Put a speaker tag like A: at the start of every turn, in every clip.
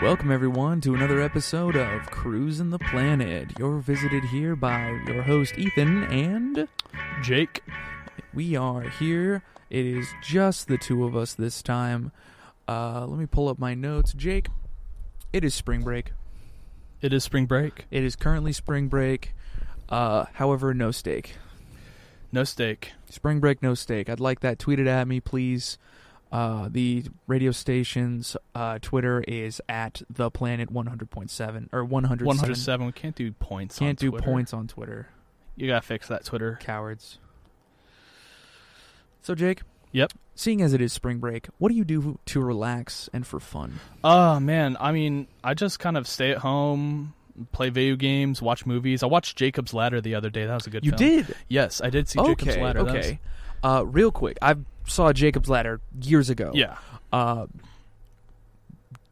A: Welcome, everyone, to another episode of Cruising the Planet. You're visited here by your host, Ethan, and
B: Jake.
A: we are here. It is just the two of us this time. Uh, let me pull up my notes. Jake, it is spring break.
B: It is spring break.
A: It is currently spring break. Uh, however, no steak.
B: No steak.
A: Spring break, no steak. I'd like that tweeted at me, please. Uh, the radio station's uh, Twitter is at the planet 100.7 or 107.
B: 107. We can't do points. on
A: Can't do
B: Twitter.
A: points on Twitter.
B: You gotta fix that Twitter.
A: Cowards. So, Jake.
B: Yep.
A: Seeing as it is spring break, what do you do to relax and for fun?
B: Oh man. I mean, I just kind of stay at home, play video games, watch movies. I watched Jacob's Ladder the other day. That was a good. film.
A: did.
B: Yes, I did see Jacob's
A: Okay.
B: Ladder. That was-
A: Okay. Uh, real quick, I saw Jacob's Ladder years ago.
B: yeah.
A: Uh,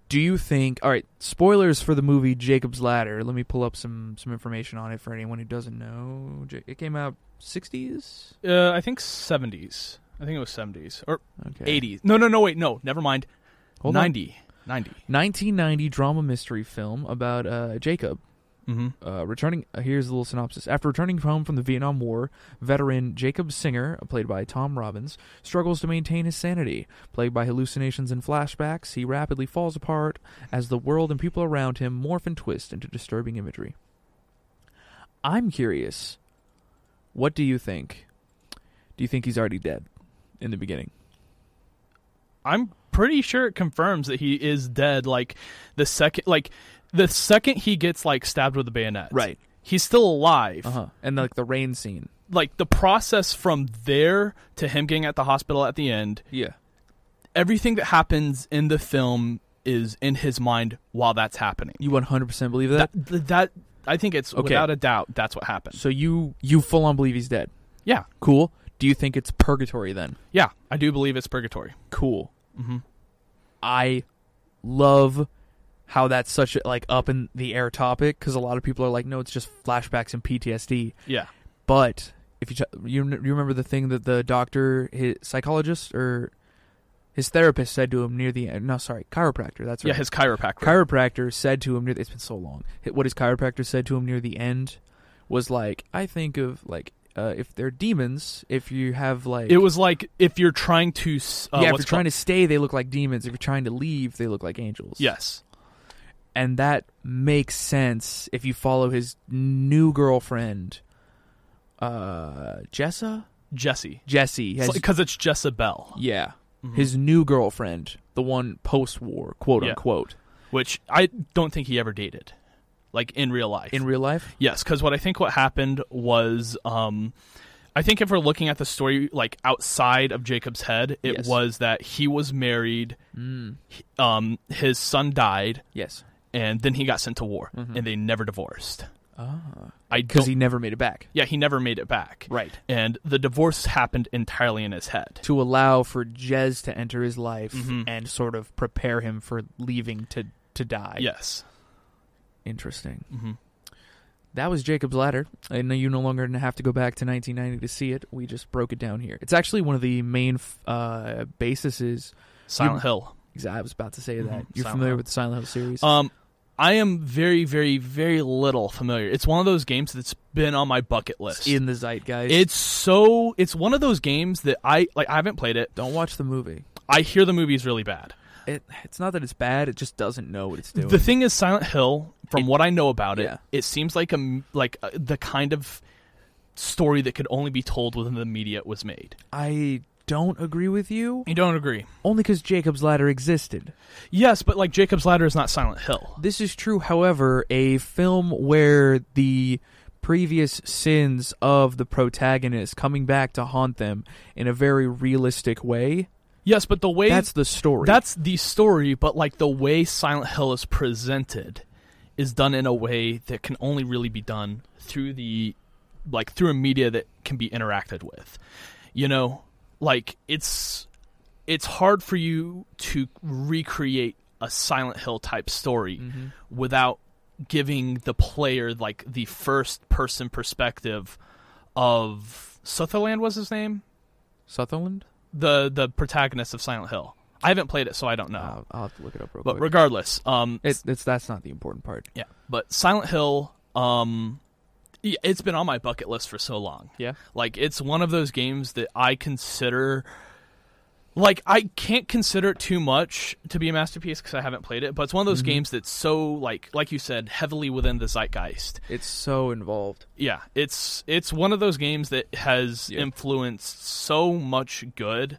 A: do you think? All right, spoilers for the movie Jacob's Ladder. Let me pull up some some information on it for anyone who doesn't know. Ja- It came out sixties.
B: Uh, I think 70s. I think it was 70s or
A: Okay.
B: 80s. No, no, no. Wait, no. Never mind.
A: Hold on.
B: 90. 90.
A: 1990 drama mystery film about uh, Jacob.
B: Mm-hmm.
A: Uh, returning, uh, here's a little synopsis. After returning home from the Vietnam War, veteran Jacob Singer, uh, played by Tom Robbins, struggles to maintain his sanity. Plagued by hallucinations and flashbacks, he rapidly falls apart as the world and people around him morph and twist into disturbing imagery. I'm curious. What do you think? Do you think he's already dead in the beginning?
B: I'm pretty sure it confirms that he is dead. Like the second, like the second he gets like stabbed with a bayonet,
A: Right.
B: He's still alive.
A: Uh huh. And like the rain scene.
B: Like the process from there to him getting at the hospital at the end,
A: Yeah.
B: everything that happens in the film is in his mind while that's happening.
A: You 100% believe that?
B: That, th- that I think it's
A: Okay.
B: without a doubt that's what happened.
A: So you you full on believe he's dead.
B: Yeah,
A: Cool. Do you think it's purgatory then?
B: yeah, I do believe it's purgatory.
A: Cool.
B: Mm-hmm.
A: I love how that's such a like up in the air topic because a lot of people are like, no, it's just flashbacks and PTSD.
B: Yeah,
A: But if you ch- you, kn- you remember the thing that the doctor, his psychologist or his therapist said to him near the end. No, sorry, chiropractor. That's right.
B: yeah, his chiropractor.
A: chiropractor said to him near. It's been so long. Hi- What his chiropractor said to him near the end was like, I think of like uh, if they're demons, if you have like
B: it was like if you're trying to, s- uh,
A: yeah, if you're
B: what's
A: trying to stay, they look like demons. If you're trying to leave, they look like angels.
B: yes,
A: And that makes sense if you follow his new girlfriend, uh, Jessa?
B: Jesse,
A: Jesse. has-
B: because it's Jezebel.
A: yeah.
B: Mhm.
A: His new girlfriend, the one post war, quote
B: Yeah.
A: unquote,
B: which I don't think he ever dated, like in real life.
A: in real life.
B: yes, because what I think what happened was, um, I think if we're looking at the story like outside of Jacob's head, it
A: Yes.
B: was that he was married,
A: Mm.
B: um, his son died,
A: Yes.
B: and then he got sent to war,
A: Mhm.
B: and they never divorced. Ah. I
A: Because
B: don't.
A: he never made it back.
B: yeah, he never made it back,
A: Right.
B: and the divorce happened entirely in his head.
A: To allow for Jez to enter his life
B: Mhm.
A: and sort of prepare him for leaving to, to die.
B: yes.
A: Interesting.
B: hmm
A: That was Jacob's Ladder. I know you no longer have to go back to 1990 to see it. We just broke it down here. It's actually one of the main f- uh, bases.
B: Silent
A: You-
B: Hill.
A: exa- I was about to say that.
B: Mhm,
A: You're
B: Silent
A: familiar
B: Hill.
A: with the Silent Hill series?
B: Um, I am very, very, very little familiar. It's one of those games that's been on my bucket
A: it's
B: list.
A: in the zeitgeist.
B: It's so it's one of those games that I like I haven't played it.
A: Don't watch the movie.
B: I hear the movie's really bad.
A: It, it's not that it's bad. It just doesn't know what it's doing.
B: The thing is Silent Hill from
A: It-
B: what I know about it,
A: yeah.
B: it seems like a m- like uh the kind of story that could only be told within the media it was made.
A: I don't agree with you.
B: You don't agree.
A: Only because Jacob's Ladder existed.
B: Yes, but like Jacob's Ladder is not Silent Hill.
A: This is true, however, a film where the previous sins of the protagonist coming back to haunt them in a very realistic way.
B: Yes, but the way
A: That's the story.
B: That's the story, but like the way Silent Hill is presented is done in a way that can only really be done through the like through a media that can be interacted with. You know, like it's it's hard for you to recreate a Silent Hill type story
A: Mhm.
B: without giving the player like the first person perspective of Sutherland was his name?
A: Sutherland.
B: The the protagonist of Silent Hill. I haven't played it, so I don't know.
A: I'll, I'll have to look it up real
B: but
A: quick.
B: regardless, um,
A: It, it's that's not the important part.
B: yeah. But Silent Hill, um, yeah, it's been on my bucket list for so long.
A: Yeah.
B: Like it's one of those games that I consider like I can't consider it too much to be a masterpiece cuz I haven't played it, but it's one of those games that's so like like you said heavily within the zeitgeist.
A: It's so involved.
B: Yeah, it's it's one of those games that has
A: Yeah. Mm-hmm.
B: influenced so much good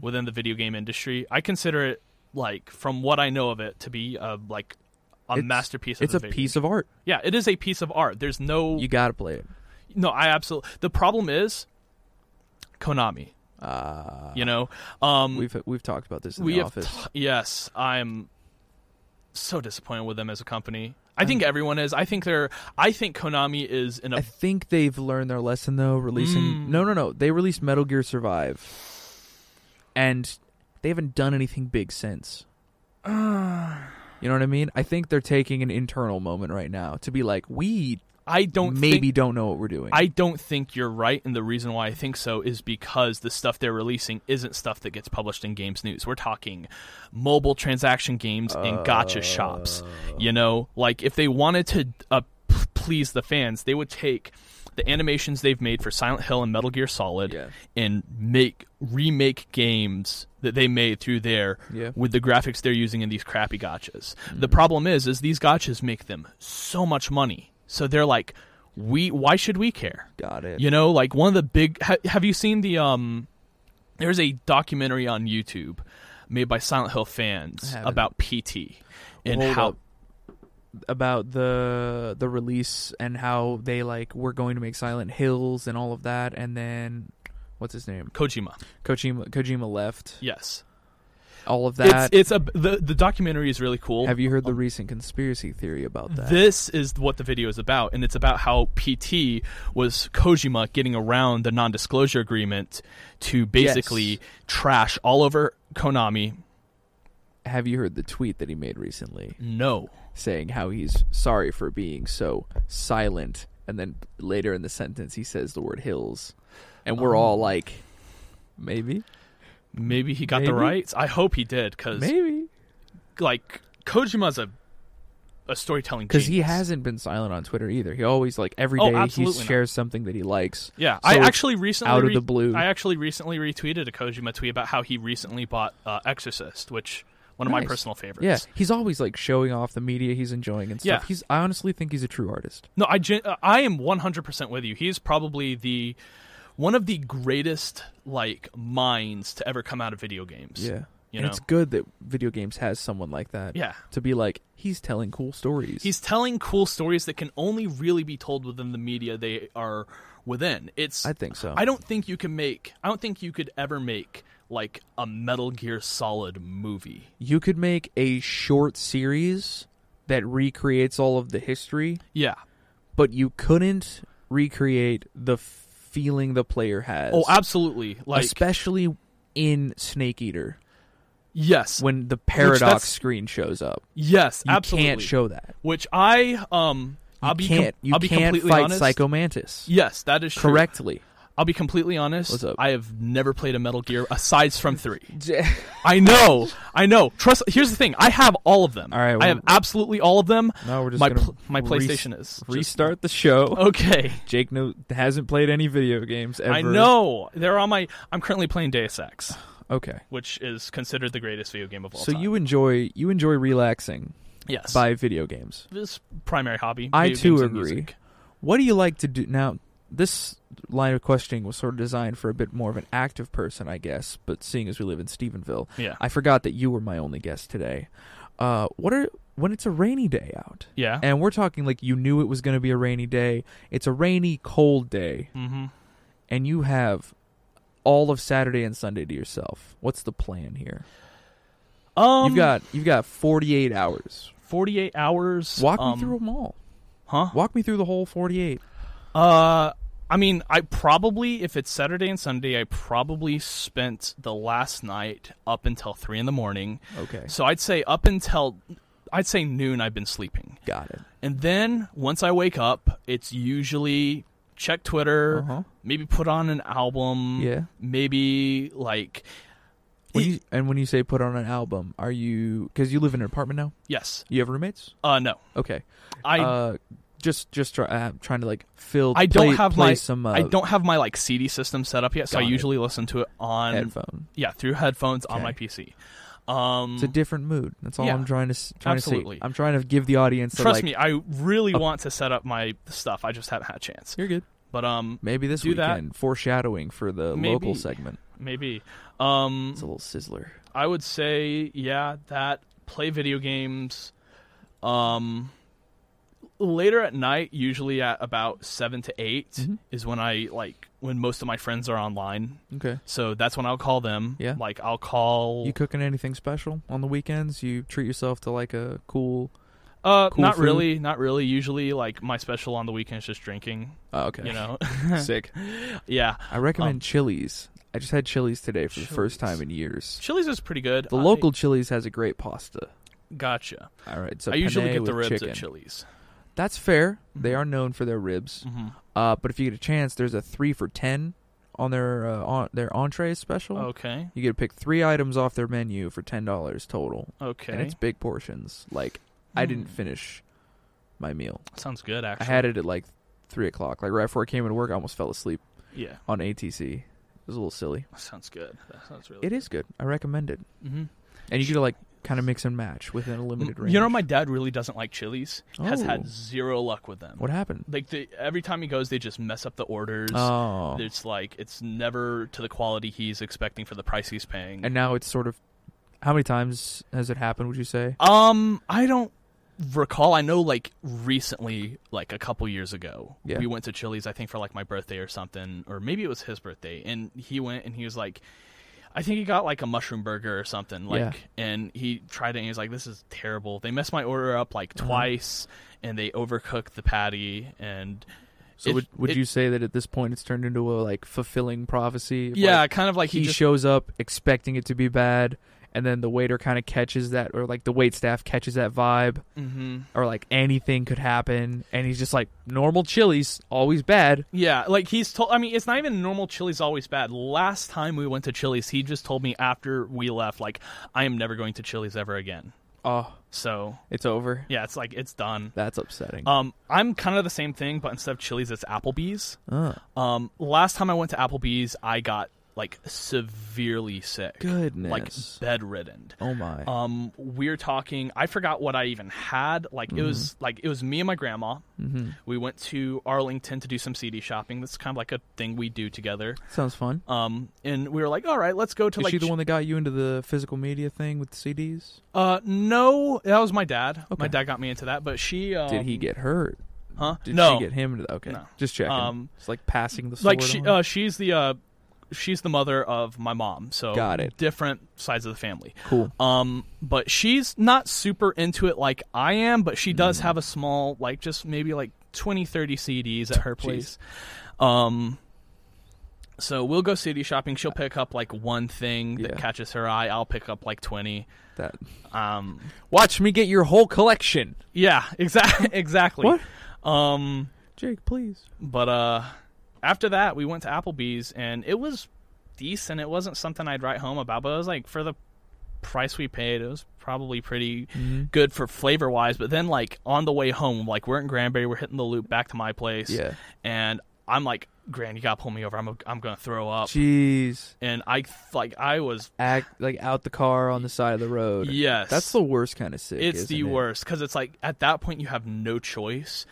B: within the video game industry. I consider it like from what I know of it to be a like a
A: It's-
B: masterpiece of
A: It's
B: the
A: a
B: video
A: piece of art.
B: yeah, it is a piece of art. There's no
A: You got to play it.
B: no. I absolutely. The problem is Konami.
A: Uh,
B: you know, um,
A: we've we've talked about this in
B: we
A: the
B: have
A: office.
B: t- yes, I'm so disappointed with them as a company. I think everyone is. I think they're. I think Konami is in a.
A: I think they've learned their lesson though. Releasing
B: Mm.
A: no, no, no. They released Metal Gear Survive, and they haven't done anything big since. you know what I mean? I think they're taking an internal moment right now to be like, we
B: I don't
A: maybe
B: Think,
A: don't know what we're doing.
B: I don't think you're right, and the reason why I think so is because the stuff they're releasing isn't stuff that gets published in Games News. We're talking mobile transaction games and gotcha shops. You know, like if they wanted to uh, p- please the fans, they would take the animations they've made for Silent Hill and Metal Gear Solid
A: Yeah.
B: and make remake games that they made through there
A: Yeah. Mm-hmm.
B: with the graphics they're using in these crappy gotchas. The problem is is these gotchas make them so much money. So they're like, "We why should we care?"
A: got it.
B: You know, like one of the big. Ha- have you seen the um? There's a documentary on YouTube made by Silent Hill fans
A: I haven't.
B: about PT and
A: Hold
B: how.
A: up. about the the release and how they like were going to make Silent Hills and all of that, and then what's his name?
B: Kojima.
A: Kojima Kojima left.
B: Yes.
A: All of that.
B: it's it's a the the documentary is really cool.
A: Have you heard the recent conspiracy theory about that?
B: This is what the video is about, and it's about how PT was Kojima getting around the non-disclosure agreement to basically
A: Yes.
B: trash all over Konami.
A: Have you heard the tweet that he made recently
B: No,
A: saying how he's sorry for being so silent? And then later in the sentence, he says the word hills. And we're all
B: Oh.
A: like, maybe?
B: maybe he got the
A: Maybe.
B: rights. I hope he did because
A: Maybe.
B: like Kojima's a a storytelling
A: Because he
B: genius.
A: hasn't been silent on Twitter either. He always, like, every
B: Oh,
A: day he
B: absolutely not.
A: shares something that he likes.
B: Yeah,
A: So
B: I
A: it's
B: actually recently
A: out of
B: re-
A: the blue.
B: I actually recently retweeted a Kojima tweet about how he recently bought uh, Exorcist, which one of my
A: Nice.
B: personal favorites.
A: Yeah, he's always, like, showing off the media he's enjoying and stuff.
B: Yeah.
A: He's, I honestly think he's a true artist.
B: No, I gen- uh, I am 100% with you. He is probably the one of the greatest like minds to ever come out of video games.
A: Yeah.
B: you
A: and
B: know.
A: it's good that video games has someone like that.
B: Yeah.
A: To be like, he's telling cool stories.
B: He's telling cool stories that can only really be told within the media they are within. It's
A: I think so.
B: I don't think you can make I don't think you could ever make like a Metal Gear Solid movie.
A: you could make a short series that recreates all of the history,
B: Yeah.
A: but you couldn't recreate the feeling the player has.
B: Oh, absolutely. Like
A: especially in Snake Eater
B: yes.
A: when the
B: that's-
A: paradox screen shows up.
B: yes,
A: You
B: absolutely.
A: can't show that.
B: Which I um I'll
A: You
B: be com-
A: can't. you
B: I'll be
A: can't
B: completely
A: fight
B: honest.
A: Psycho Mantis
B: Yes, that is true.
A: correctly.
B: I'll be completely honest.
A: What's up?
B: I have never played a Metal Gear aside from three. I know, I know. Trust. Here's the thing. I have all of them.
A: All right,
B: I
A: well-
B: have absolutely all of them.
A: No, we're just
B: my
A: gonna
B: pl- my
A: res-
B: PlayStation is just-
A: Restart the show.
B: Okay,
A: Jake no hasn't played any video games ever.
B: I know they're on my. I'm currently playing Deus Ex,
A: Okay.
B: which is considered the greatest video game of all
A: So
B: time.
A: you enjoy you enjoy relaxing
B: yes,
A: by video games.
B: this primary hobby.
A: I
B: video
A: too
B: games and
A: agree.
B: music.
A: What do you like to do now? This line of questioning was sort of designed for a bit more of an active person, I guess. But seeing as we live in Stephenville,
B: Yeah,
A: I forgot that you were my only guest today. Uh, what are when it's a rainy day out,
B: yeah.
A: and we're talking like you knew it was going to be a rainy day. It's a rainy, cold day,
B: mm-hmm.
A: and you have all of Saturday and Sunday to yourself. What's the plan here?
B: Um,
A: you've got you've got forty eight hours.
B: 48 hours.
A: Walk
B: um,
A: me through them all.
B: huh?
A: Walk me through the whole forty eight.
B: Uh, I mean, I probably if it's Saturday and Sunday, I probably spent the last night up until three in the morning.
A: Okay,
B: So I'd say up until I'd say noon, I've been sleeping,
A: got it.
B: and then once I wake up, it's usually check Twitter,
A: Uh-huh.
B: maybe put on an album,
A: Yeah.
B: maybe like
A: When you, and when you say put on an album, are you because you live in an apartment now?
B: Yes.
A: You have roommates?
B: Uh, no.
A: Okay.
B: I
A: uh, just just try, uh, trying to like fill.
B: I don't
A: play-
B: have
A: play
B: my-
A: some. Uh,
B: I don't have my like CD system set up yet, so I
A: Got it.
B: usually listen to it on
A: headphone.
B: yeah through headphones on
A: Okay.
B: my PC. Um,
A: It's a different mood. That's all
B: yeah.
A: I'm trying to s- trying
B: Absolutely.
A: to say. I'm trying to give the audience.
B: trust
A: a, like,
B: me, I really
A: a-
B: want to set up my stuff. I just haven't had a chance.
A: you're good.
B: But um,
A: Maybe this
B: Do that.
A: weekend, foreshadowing for the
B: Maybe.
A: local segment.
B: maybe um,
A: It's a little sizzler.
B: I would say yeah that play video games. Um, later at night, usually at about seven to 8
A: Mhm.
B: is when I like when most of my friends are online.
A: Okay.
B: So that's when I'll call them.
A: Yeah.
B: Like I'll call.
A: You cooking anything special on the weekends? You treat yourself to like a cool.
B: Uh,
A: cool
B: not
A: food?
B: really, not really. Usually, like my special on the weekend is just drinking.
A: Oh, okay.
B: You know,
A: Sick.
B: yeah.
A: I recommend Chili's. I just had Chili's today for the first
B: Chili's.
A: time in years.
B: Chili's is pretty good.
A: The
B: I-
A: local Chili's has a great pasta.
B: gotcha.
A: All right, so
B: I usually
A: penne
B: get the
A: with
B: ribs
A: chicken.
B: at Chili's.
A: That's fair. They
B: Mhm.
A: are known for their ribs.
B: Mm-hmm.
A: Uh, but if you get a chance, there's a three for ten on their uh, on their entrees special.
B: Okay,
A: You get to pick three items off their menu for ten dollars total,
B: okay.
A: and it's big portions. Like I didn't
B: Hmm.
A: finish my meal.
B: Sounds good. Actually,
A: I had it at like three o'clock. Like right before I came into work, I almost fell asleep
B: Yeah,
A: on ATC. It was a little silly.
B: sounds good. That sounds really.
A: It is good. I recommend it.
B: Mm-hmm. Mm,
A: And you get to like kind of mix and match within a limited range.
B: You know, my dad really doesn't like Chili's. Has
A: Oh.
B: had zero luck with them.
A: what happened?
B: Like the, every time he goes, they just mess up the orders.
A: Oh,
B: It's like it's never to the quality he's expecting for the price he's paying.
A: and now it's sort of. How many times has it happened? Would you say?
B: Um, I don't recall. I know, like recently, like a couple years ago,
A: Yeah.
B: we went to Chili's. I think for like my birthday or something, or maybe it was his birthday, and he went and he was like. I think he got like a mushroom burger or something, like,
A: Yeah.
B: and he tried it and he was like, "This is terrible." They messed my order up like
A: Uh-huh.
B: twice, and they overcooked the patty, and
A: So
B: It-
A: would would
B: it-
A: you say that at this point it's turned into a like fulfilling prophecy? of,
B: yeah,
A: like,
B: kind of like
A: he,
B: he, just
A: shows up expecting it to be bad, and then the waiter kind of catches that, or like the wait staff catches that vibe,
B: hmm
A: or like anything could happen, and he's just like normal chilies always bad.
B: Yeah, like he's told. I mean, it's not even normal. Chili's always bad. Last time we went to Chili's, he just told me after we left, like, I am never going to Chili's ever again.
A: Oh,
B: So
A: it's over.
B: yeah, it's like it's done.
A: That's upsetting.
B: Um, I'm kind of the same thing, but instead of Chili's, it's Applebee's.
A: Uh,
B: Um, last time I went to Applebee's, I got like severely sick,
A: goodness.
B: like bedridden.
A: oh my.
B: Um, we're talking. I forgot what I even had. Like it was like it was me and my grandma.
A: mm-hmm.
B: We went to Arlington to do some CD shopping. That's kind of like a thing we do together.
A: Sounds fun.
B: Um, and we were like, all right, let's go to
A: Is
B: like.
A: she the one that got you into the physical media thing with the CDs?
B: Uh, no, that was my dad. My
A: Okay.
B: dad got me into that, but she. Um,
A: Did he get hurt?
B: Huh?
A: Did
B: no.
A: she get him into the Okay,
B: No.
A: just checking.
B: Um,
A: it's like passing the sword
B: like she,
A: on.
B: uh, she's the uh, she's the mother of my mom. So
A: Got it.
B: Different sides of the family.
A: cool.
B: Um, but she's not super into it like I am, but she
A: Mm.
B: does have a small, like just maybe like 20, 30 CDs at her place. Um, so we'll go CD shopping. She'll pick up like one thing that
A: Yeah.
B: catches her eye. I'll pick up like 20.
A: That
B: Um,
A: Watch me get your whole collection.
B: yeah, exactly. exactly.
A: What?
B: Um,
A: Jake, please.
B: but, uh, after that, we went to Applebee's and it was decent. It wasn't something I'd write home about, but it was like for the price we paid, it was probably pretty
A: Mm-hmm.
B: good for flavor wise. But then, like on the way home, like we're in Granbury, we're hitting the loop back to my place,
A: Yeah.
B: and I'm like, "Gran, you gotta pull me over. I'm a, I'm gonna throw up."
A: Jeez.
B: and I like I was,
A: Act like out the car on the side of the road.
B: yes,
A: That's the worst kind of sick.
B: it's
A: isn't
B: the
A: it?
B: worst because it's like at that point you have no choice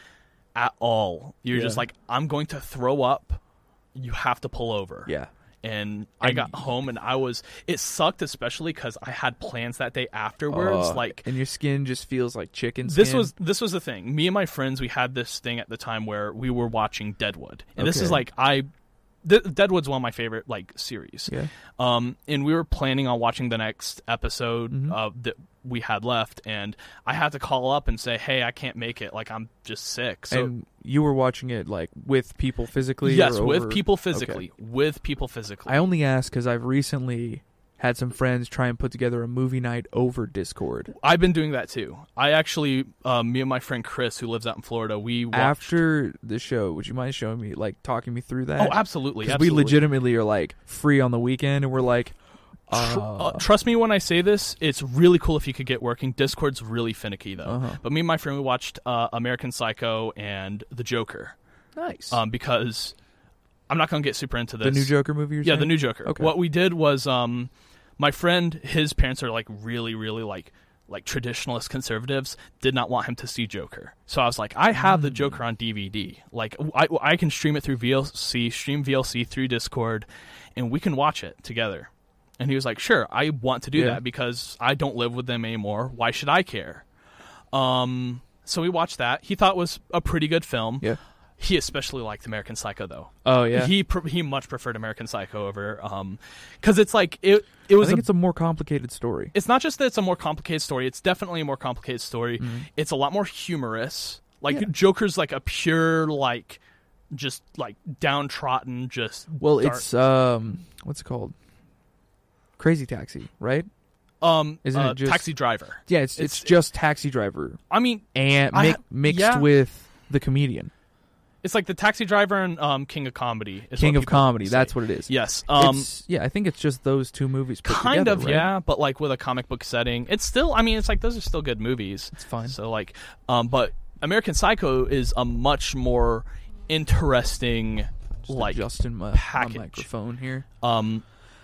B: at all. You're just
A: Yeah.
B: like, I'm going to throw up. You have to pull over.
A: Yeah.
B: and I
A: And-
B: got home and I was it sucked especially because I had plans that day afterwards.
A: Uh,
B: like
A: and your skin just feels like chicken
B: this
A: skin.
B: was this was the thing. Me and my friends, we had this thing at the time where we were watching Deadwood, and this is
A: Okay.
B: like I. Th- Deadwood's one of my favorite like series,
A: Yeah.
B: um, and we were planning on watching the next episode
A: Mhm.
B: uh, that we had left, and I had to call up and say, "Hey, I can't make it. Like I'm just sick." So
A: and you were watching it like with people physically.
B: yes,
A: or
B: with
A: over-
B: people physically, with people physically.
A: I only ask because I've recently had some friends try and put together a movie night over Discord.
B: I've been doing that too. I actually, um, me and my friend Chris, who lives out in Florida, we watched.
A: After the show, would you mind showing me, like, talking me through that?
B: oh, absolutely,
A: Because
B: absolutely.
A: we legitimately are like free on the weekend, and we're like,
B: Tr-
A: Ah.
B: uh, trust me when I say this, it's really cool if you could get working. Discord's really finicky though.
A: Uh-huh.
B: But me and my friend we watched uh, American Psycho and The Joker
A: nice.
B: um, because I'm not gonna get super into this.
A: the new Joker movie. You're
B: yeah,
A: saying?
B: the new Joker.
A: Okay.
B: What we did was, um, my friend, his parents are like really, really like like traditionalist conservatives. Did not want him to see Joker, so I was like, I have the
A: Hmm.
B: Joker on DVD. Like, I I can stream it through VLC, stream VLC through Discord, and we can watch it together. And he was like, Sure, I want to do
A: Yeah.
B: that because I don't live with them anymore. Why should I care? Um, so we watched that. He thought it was a pretty good film.
A: Yeah.
B: He especially liked American Psycho though.
A: Oh yeah.
B: He pr- he much preferred American Psycho over um cuz it's like it it
A: I
B: was a,
A: think
B: it's,
A: it's a more complicated story.
B: not just that it's a more complicated story, it's definitely a more complicated story. It's a lot more humorous. Like
A: Mm-hmm. Yeah.
B: Joker's like a pure like just like downtrodden just
A: Well,
B: dark-
A: it's um, what's it called? Crazy Taxi, right?
B: um
A: isn't
B: uh,
A: it just-
B: Taxi Driver.
A: Yeah, it's it's,
B: It's-
A: just Taxi Driver
B: I mean,
A: and
B: I
A: mi-
B: ha-
A: mixed
B: yeah.
A: with the comedian,
B: it's like the Taxi Driver and um King of Comedy. is
A: King
B: what
A: of
B: people
A: Comedy.
B: say.
A: That's what it is.
B: Yes. Um
A: It's- yeah, I think it's just those two movies. put
B: kind
A: together,
B: of
A: right?
B: yeah, but like with a comic book setting. It's still I mean, it's like those are still good movies.
A: It's fine.
B: So like, um, but American Psycho is a much more interesting,
A: Just
B: like,
A: adjusting my, my
B: package.
A: microphone here.
B: um,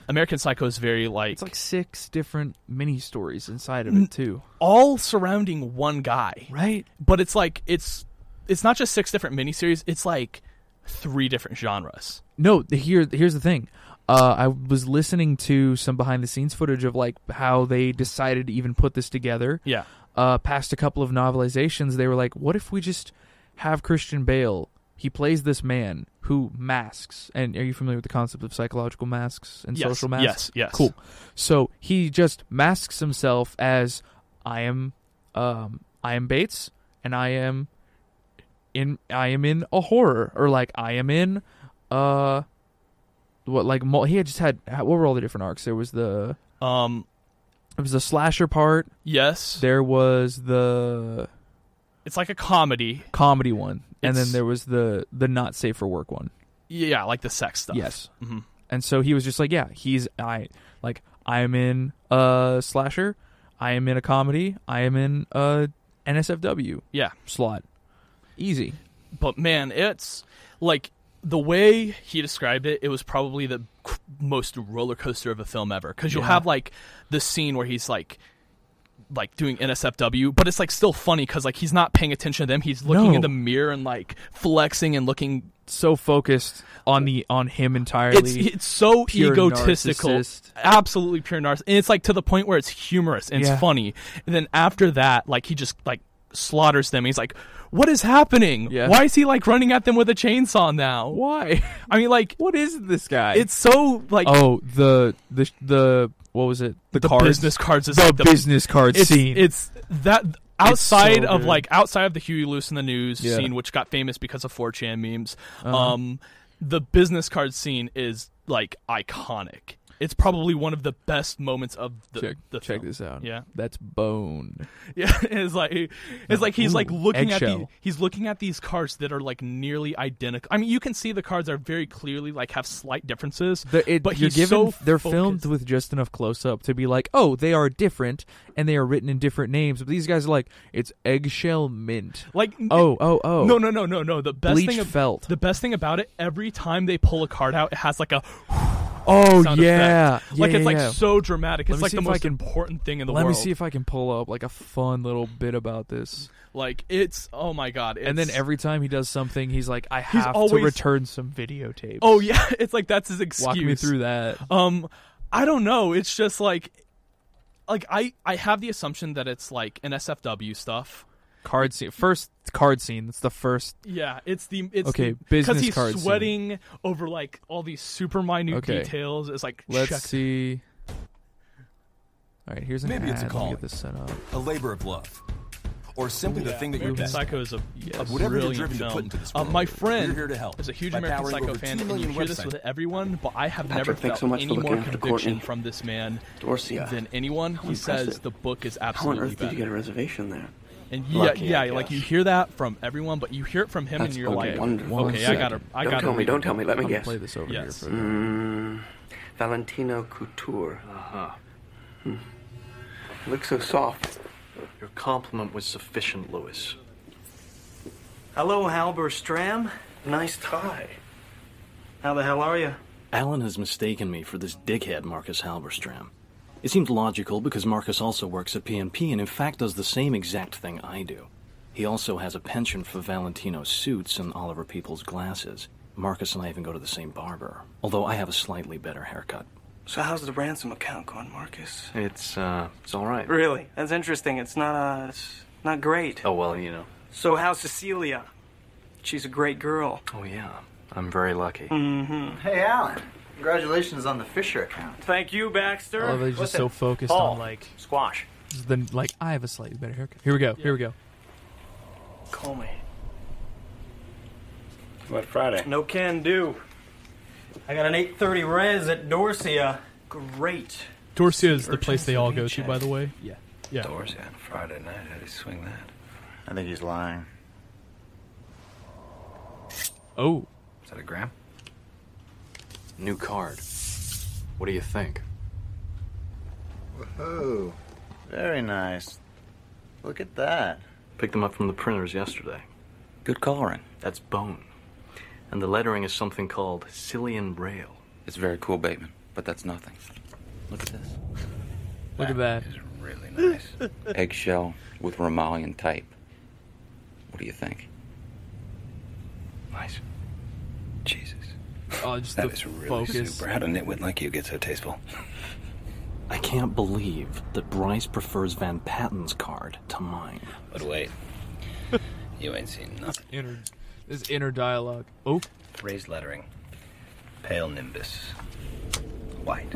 B: American Psycho is very like,
A: It's like six different mini stories inside of it too,
B: all surrounding one guy,
A: right?
B: but it's like it's it's not just six different miniseries. It's like three different genres.
A: No, the- here here's the thing. Uh, I was listening to some behind the scenes footage of like how they decided to even put this together.
B: Yeah,
A: uh, past a couple of novelizations, they were like, "What if we just have Christian Bale? He plays this man who masks. And are you familiar with the concept of psychological masks and
B: yes,
A: social masks?
B: Yes, yes,
A: Cool. So he just masks himself as I am, um, I am Bates, and I am in, I am in a horror, or like I am in, uh, what like mul- he had just had what were all the different arcs? There was the
B: Um,
A: it was the slasher part.
B: yes,
A: There was the
B: it's like a comedy.
A: comedy one, and then
B: It's-
A: there was the the not safe for work one.
B: Yeah, like the sex stuff.
A: Yes,
B: Mhm.
A: and so he was just like, yeah, he's I like I am in a slasher, I am in a comedy, I am in a NSFW
B: Yeah.
A: slot. Easy.
B: but man, it's like the way he described it. It was probably the cr- most roller coaster of a film ever because you'll
A: Yeah.
B: have like the scene where he's like, like doing NSFW, but it's like still funny because like he's not paying attention to them. He's looking
A: No.
B: in the mirror and like flexing and looking.
A: So focused on the on him entirely.
B: It's it's so
A: pure
B: egotistical,
A: narcissist.
B: absolutely pure narcissist, and it's like to the point where it's humorous and
A: Yeah.
B: it's funny. And then after that, like he just like slaughters them. He's like, "What is happening?
A: Yeah.
B: Why is he like running at them with a chainsaw now?
A: Why?
B: I mean, like,
A: what is this guy?
B: it's so like
A: oh the the the what was it?
B: the
A: cards.
B: business cards is
A: the,
B: like the
A: business card
B: it's,
A: scene.
B: It's that outside
A: so
B: of
A: good.
B: like outside of the Huey Lewis in the news
A: Yeah. Uh-huh.
B: scene, which got famous because of 4chan memes. Um, the business card scene is like iconic. It's probably one of the best moments of the
A: check
B: the
A: check
B: film.
A: this out.
B: Yeah,
A: that's bone.
B: yeah. It's like it's like he's like
A: Ooh,
B: looking at the,
A: eggshell.
B: he's looking at these cards that are like nearly identical. I mean, you can see the cards are very clearly like have slight differences.
A: The, it,
B: But
A: you're
B: he's
A: given,
B: so
A: they're
B: focused.
A: filmed with just enough close up to be like, oh, they are different and they are written in different names. But these guys are like, it's eggshell mint.
B: Like
A: Oh, oh, oh.
B: No, no, no, no, no. The best
A: Bleach
B: thing ab-
A: felt.
B: The best thing about it, every time they pull a card out, it has like a
A: oh,
B: sound
A: yeah.
B: effect. like
A: Yeah,
B: it's like
A: yeah.
B: so dramatic.
A: Let
B: it's
A: me
B: like
A: see
B: the
A: if I
B: most
A: can-
B: important thing in the
A: Let
B: world.
A: me see if I can pull up like a fun little bit about this.
B: like it's oh my god. It's,
A: and then every time he does something, he's like, I
B: He's
A: have to
B: always-
A: return some videotapes.
B: oh yeah, it's like that's his excuse.
A: Walk me through that.
B: Um, I don't know. It's just like like I I have the assumption that it's like an SFW stuff.
A: Card scene. First card scene. That's the first.
B: Yeah, it's the it's
A: Okay,
B: because
A: business
B: he's
A: card scene.
B: sweating over like all these super minute
A: Okay.
B: details. It's like
A: Let's
B: check
A: see. All right, here's an
C: Maybe
A: ad.
C: it's a
A: Let me
C: call.
A: get this set up.
C: a labor of love, or simply the
B: Yeah,
C: thing that you're
B: American
C: best. at.
B: Psycho is a yes,
C: Of whatever you're
B: brilliant
C: driven to
B: film.
C: put into this
B: Uh,
C: world,
B: my
C: we're
B: friend
C: here to help
B: is a huge
C: by
B: American
C: powering
B: Psycho
C: over
B: fan, and
C: 2
B: you
C: million
B: hear this
C: websites.
B: with everyone, but I have never
D: Patrick,
B: felt
D: thanks so much for
B: any more
D: looking after
B: conviction
D: Courtney.
B: from this man
D: Dorcia.
B: than anyone. He
D: impressive.
B: says the book is
D: How on
B: absolutely
D: earth did you get a
B: better.
D: reservation there?
B: And yeah,
D: Lucky,
B: yeah,
D: I
B: like
D: guess.
B: you hear that from everyone, but you hear it from him,
D: That's
B: and you're
D: fucking
B: like,
D: wonderful.
B: okay, I gotta, I
D: don't
B: gotta
D: tell me,
B: read
D: don't
B: it.
D: tell me. Let me
A: I'm gonna
D: guess.
A: play this over
B: Yes.
A: here for you.
D: Mm, Valentino Couture. Uh huh.
B: Uh-huh.
D: Looks so soft.
E: Your compliment was sufficient, Lewis.
F: Hello, Halber Stram.
D: Nice tie.
F: How the hell are you?
E: Alan has mistaken me for this dickhead Marcus Halberstram. It seemed logical because Marcus also works at PMP and in fact does the same exact thing I do. He also has a penchant for Valentino suits and Oliver People's glasses. Marcus and I even go to the same barber, although I have a slightly better haircut.
F: So, how's the ransom account going, Marcus?
E: It's uh it's all right.
F: Really? That's interesting. It's not, uh, it's not great.
E: Oh well, you know.
F: So, how's Cecilia? She's a great girl.
E: Oh yeah. I'm very lucky.
G: Hey, Alan. Congratulations on the Fisher account.
F: Thank you, Baxter.
A: I love that he's just so focused on like
G: Squash.
A: then like I have a slightly better haircut. Here we go. Here we go.
F: Call me.
H: What Friday?
F: No can do. I got an 8:30 res at Dorsia. Great.
B: Dorsia is the place they all go to, by the way.
A: Yeah.
H: Doors yeah, Friday night. How do you swing that?
G: I think he's lying.
A: Oh,
H: Is that a gram?
E: New card. What do you think?
G: Oh, very nice. Look at that.
E: Picked them up from the printers yesterday. Good coloring. That's bone. And the lettering is something called Cillian Braille.
I: It's very cool, Bateman, but that's nothing. Look at this.
A: look at that.
H: It's really nice.
I: Eggshell with Romalian type. What do you think?
H: nice. Jesus.
A: Oh, just
H: That
A: the
H: is really
A: focus.
H: super. How did nitwit like you get so tasteful?
E: I can't believe that Bryce prefers Van Patten's card to mine.
H: But wait. you ain't seen nothing.
A: Inner, this inner dialogue. Oh,
H: Raised lettering. Pale nimbus. White.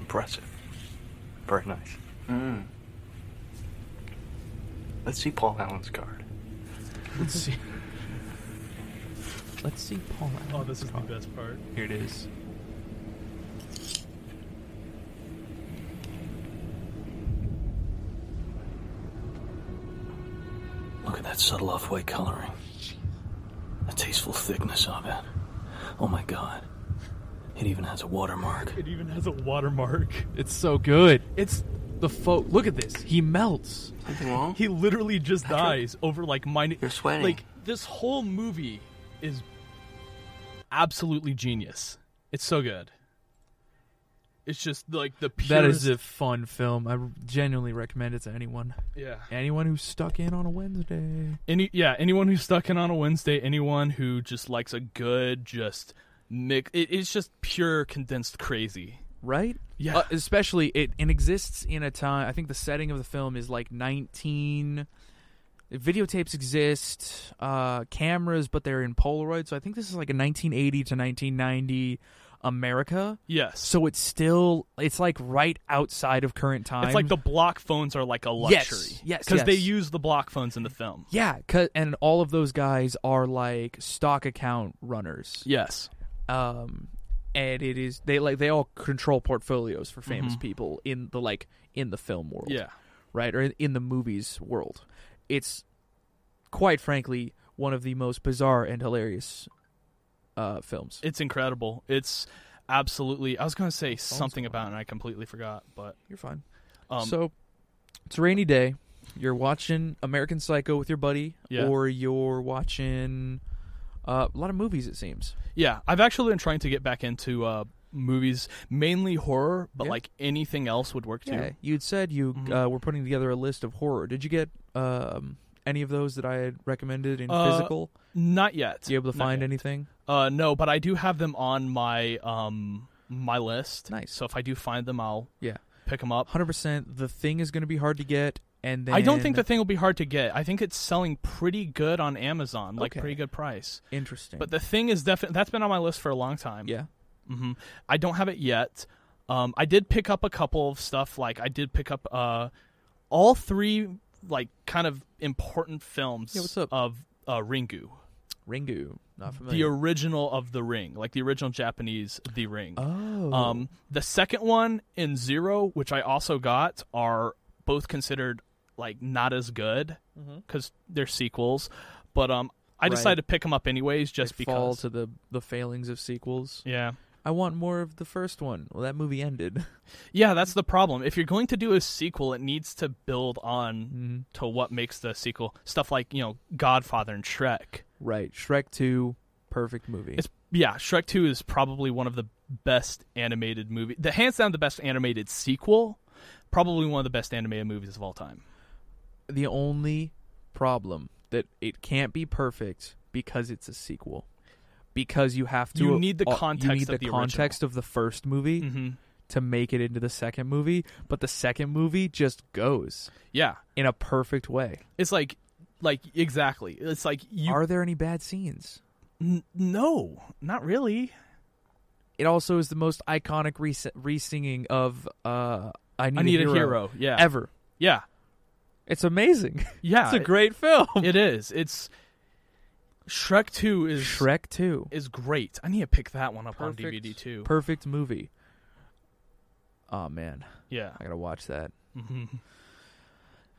E: Impressive. Very nice. Hmm. Let's see Paul Allen's card.
A: let's see. Let's see Paul.
B: Oh, this is the best part.
A: Here it is.
E: Look at that subtle off white coloring. The tasteful thickness of it. Oh my god. It even has a watermark.
B: It even has a watermark.
A: It's so good. It's the fo. Look at this. He melts.
D: Something wrong?
B: He literally just dies over like minus.
D: You're sweating.
B: Like this whole movie is absolutely genius. It's so good. It's just like the purest.
A: That is a fun film. I genuinely recommend it to anyone.
B: yeah.
A: Anyone who's stuck in on a Wednesday.
B: Any yeah. Anyone who's stuck in on a Wednesday. Anyone who just likes a good just mix. It, it's just pure condensed crazy.
A: right?
B: Yeah.
A: Uh, especially it, it exists in a time. I think the setting of the film is like 19. Videotapes exist, uh, cameras, but they're in Polaroid. So I think this is like a 1980 to 1990 America.
B: Yes.
A: So it's still it's like right outside of current time.
B: It's like the block phones are like a
A: Yes,
B: luxury.
A: yes,
B: Because they
A: yes.
B: use the block phones in the film.
A: yeah, 'cause- and all of those guys are like stock account runners.
B: Yes.
A: um and it is they like they all control portfolios for famous people in the like in the film world
B: Mm-hmm. Yeah.
A: right or in, in the movies world it's quite frankly one of the most bizarre and hilarious uh films
B: It's incredible. It's absolutely. I was going to say something about it, and I completely forgot. But
A: you're fine
B: um,
A: so it's a rainy day you're watching american psycho with your buddy
B: Yeah.
A: or you're watching uh, a lot of movies it seems
B: yeah, I've actually been trying to get back into uh, movies, mainly horror, but
A: Yeah.
B: like anything else would work too.
A: yeah you'd said you
B: Mm-hmm.
A: uh, were putting together a list of horror did you get um any of those that i had recommended in
B: Uh,
A: physical
B: Not yet.
A: you able to
B: Not
A: find
B: yet.
A: anything?
B: Uh, no, but I do have them on my um my list.
A: Nice.
B: So if I do find them, I'll
A: Yeah,
B: pick them up.
A: hundred percent. The thing is going to be hard to get, and then
B: I don't think the thing will be hard to get. I think it's selling pretty good on Amazon, like
A: Okay.
B: pretty good price.
A: interesting.
B: But the thing is definitely that's been on my list for a long time.
A: yeah,
B: hmm I don't have it yet. Um, I did pick up a couple of stuff. Like I did pick up uh, all three like kind of important films
A: Yeah, what's up? Oh,
B: of uh, Ringu,
A: Ringu, not
B: the
A: familiar.
B: original of the Ring, like the original Japanese The Ring.
A: oh,
B: Um, the second one and Zero, which I also got, are both considered like not as good because they're sequels. But um, I
A: Mm-hmm. Right.
B: decided to pick them up anyways, just
A: They
B: because.
A: fall to the the failings of sequels.
B: yeah,
A: I want more of the first one. Well, that movie ended.
B: Yeah, that's the problem. If you're going to do a sequel, it needs to build on
A: Mm-hmm.
B: to what makes the sequel stuff like you know Godfather and Shrek.
A: right. Shrek 2, perfect movie.
B: It's yeah, Shrek Two is probably one of the best animated movie. The hands down the best animated sequel. Probably one of the best animated movies of all time.
A: the only problem that it can't be perfect because it's a sequel. Because you have to
B: You need the
A: uh, you
B: context
A: need
B: of
A: the,
B: the Mm-hmm.
A: context of the first movie to make it into the second movie, but the second movie just goes
B: Yeah,
A: in a perfect way.
B: it's like, like exactly. It's like you.
A: Are there any bad scenes?
B: n- no, not really.
A: It also is the most iconic re- re-singing of uh, I Need,
B: I need a hero. Yeah,
A: ever.
B: yeah,
A: It's amazing.
B: yeah.
A: it's a
B: it-
A: great film.
B: It is. It's Shrek Two is
A: Shrek 2.
B: is great. I need to pick that one up on
A: Perfect-
B: DVD too.
A: Perfect movie. Oh man,
B: yeah.
A: I got to watch that.
B: Mhm.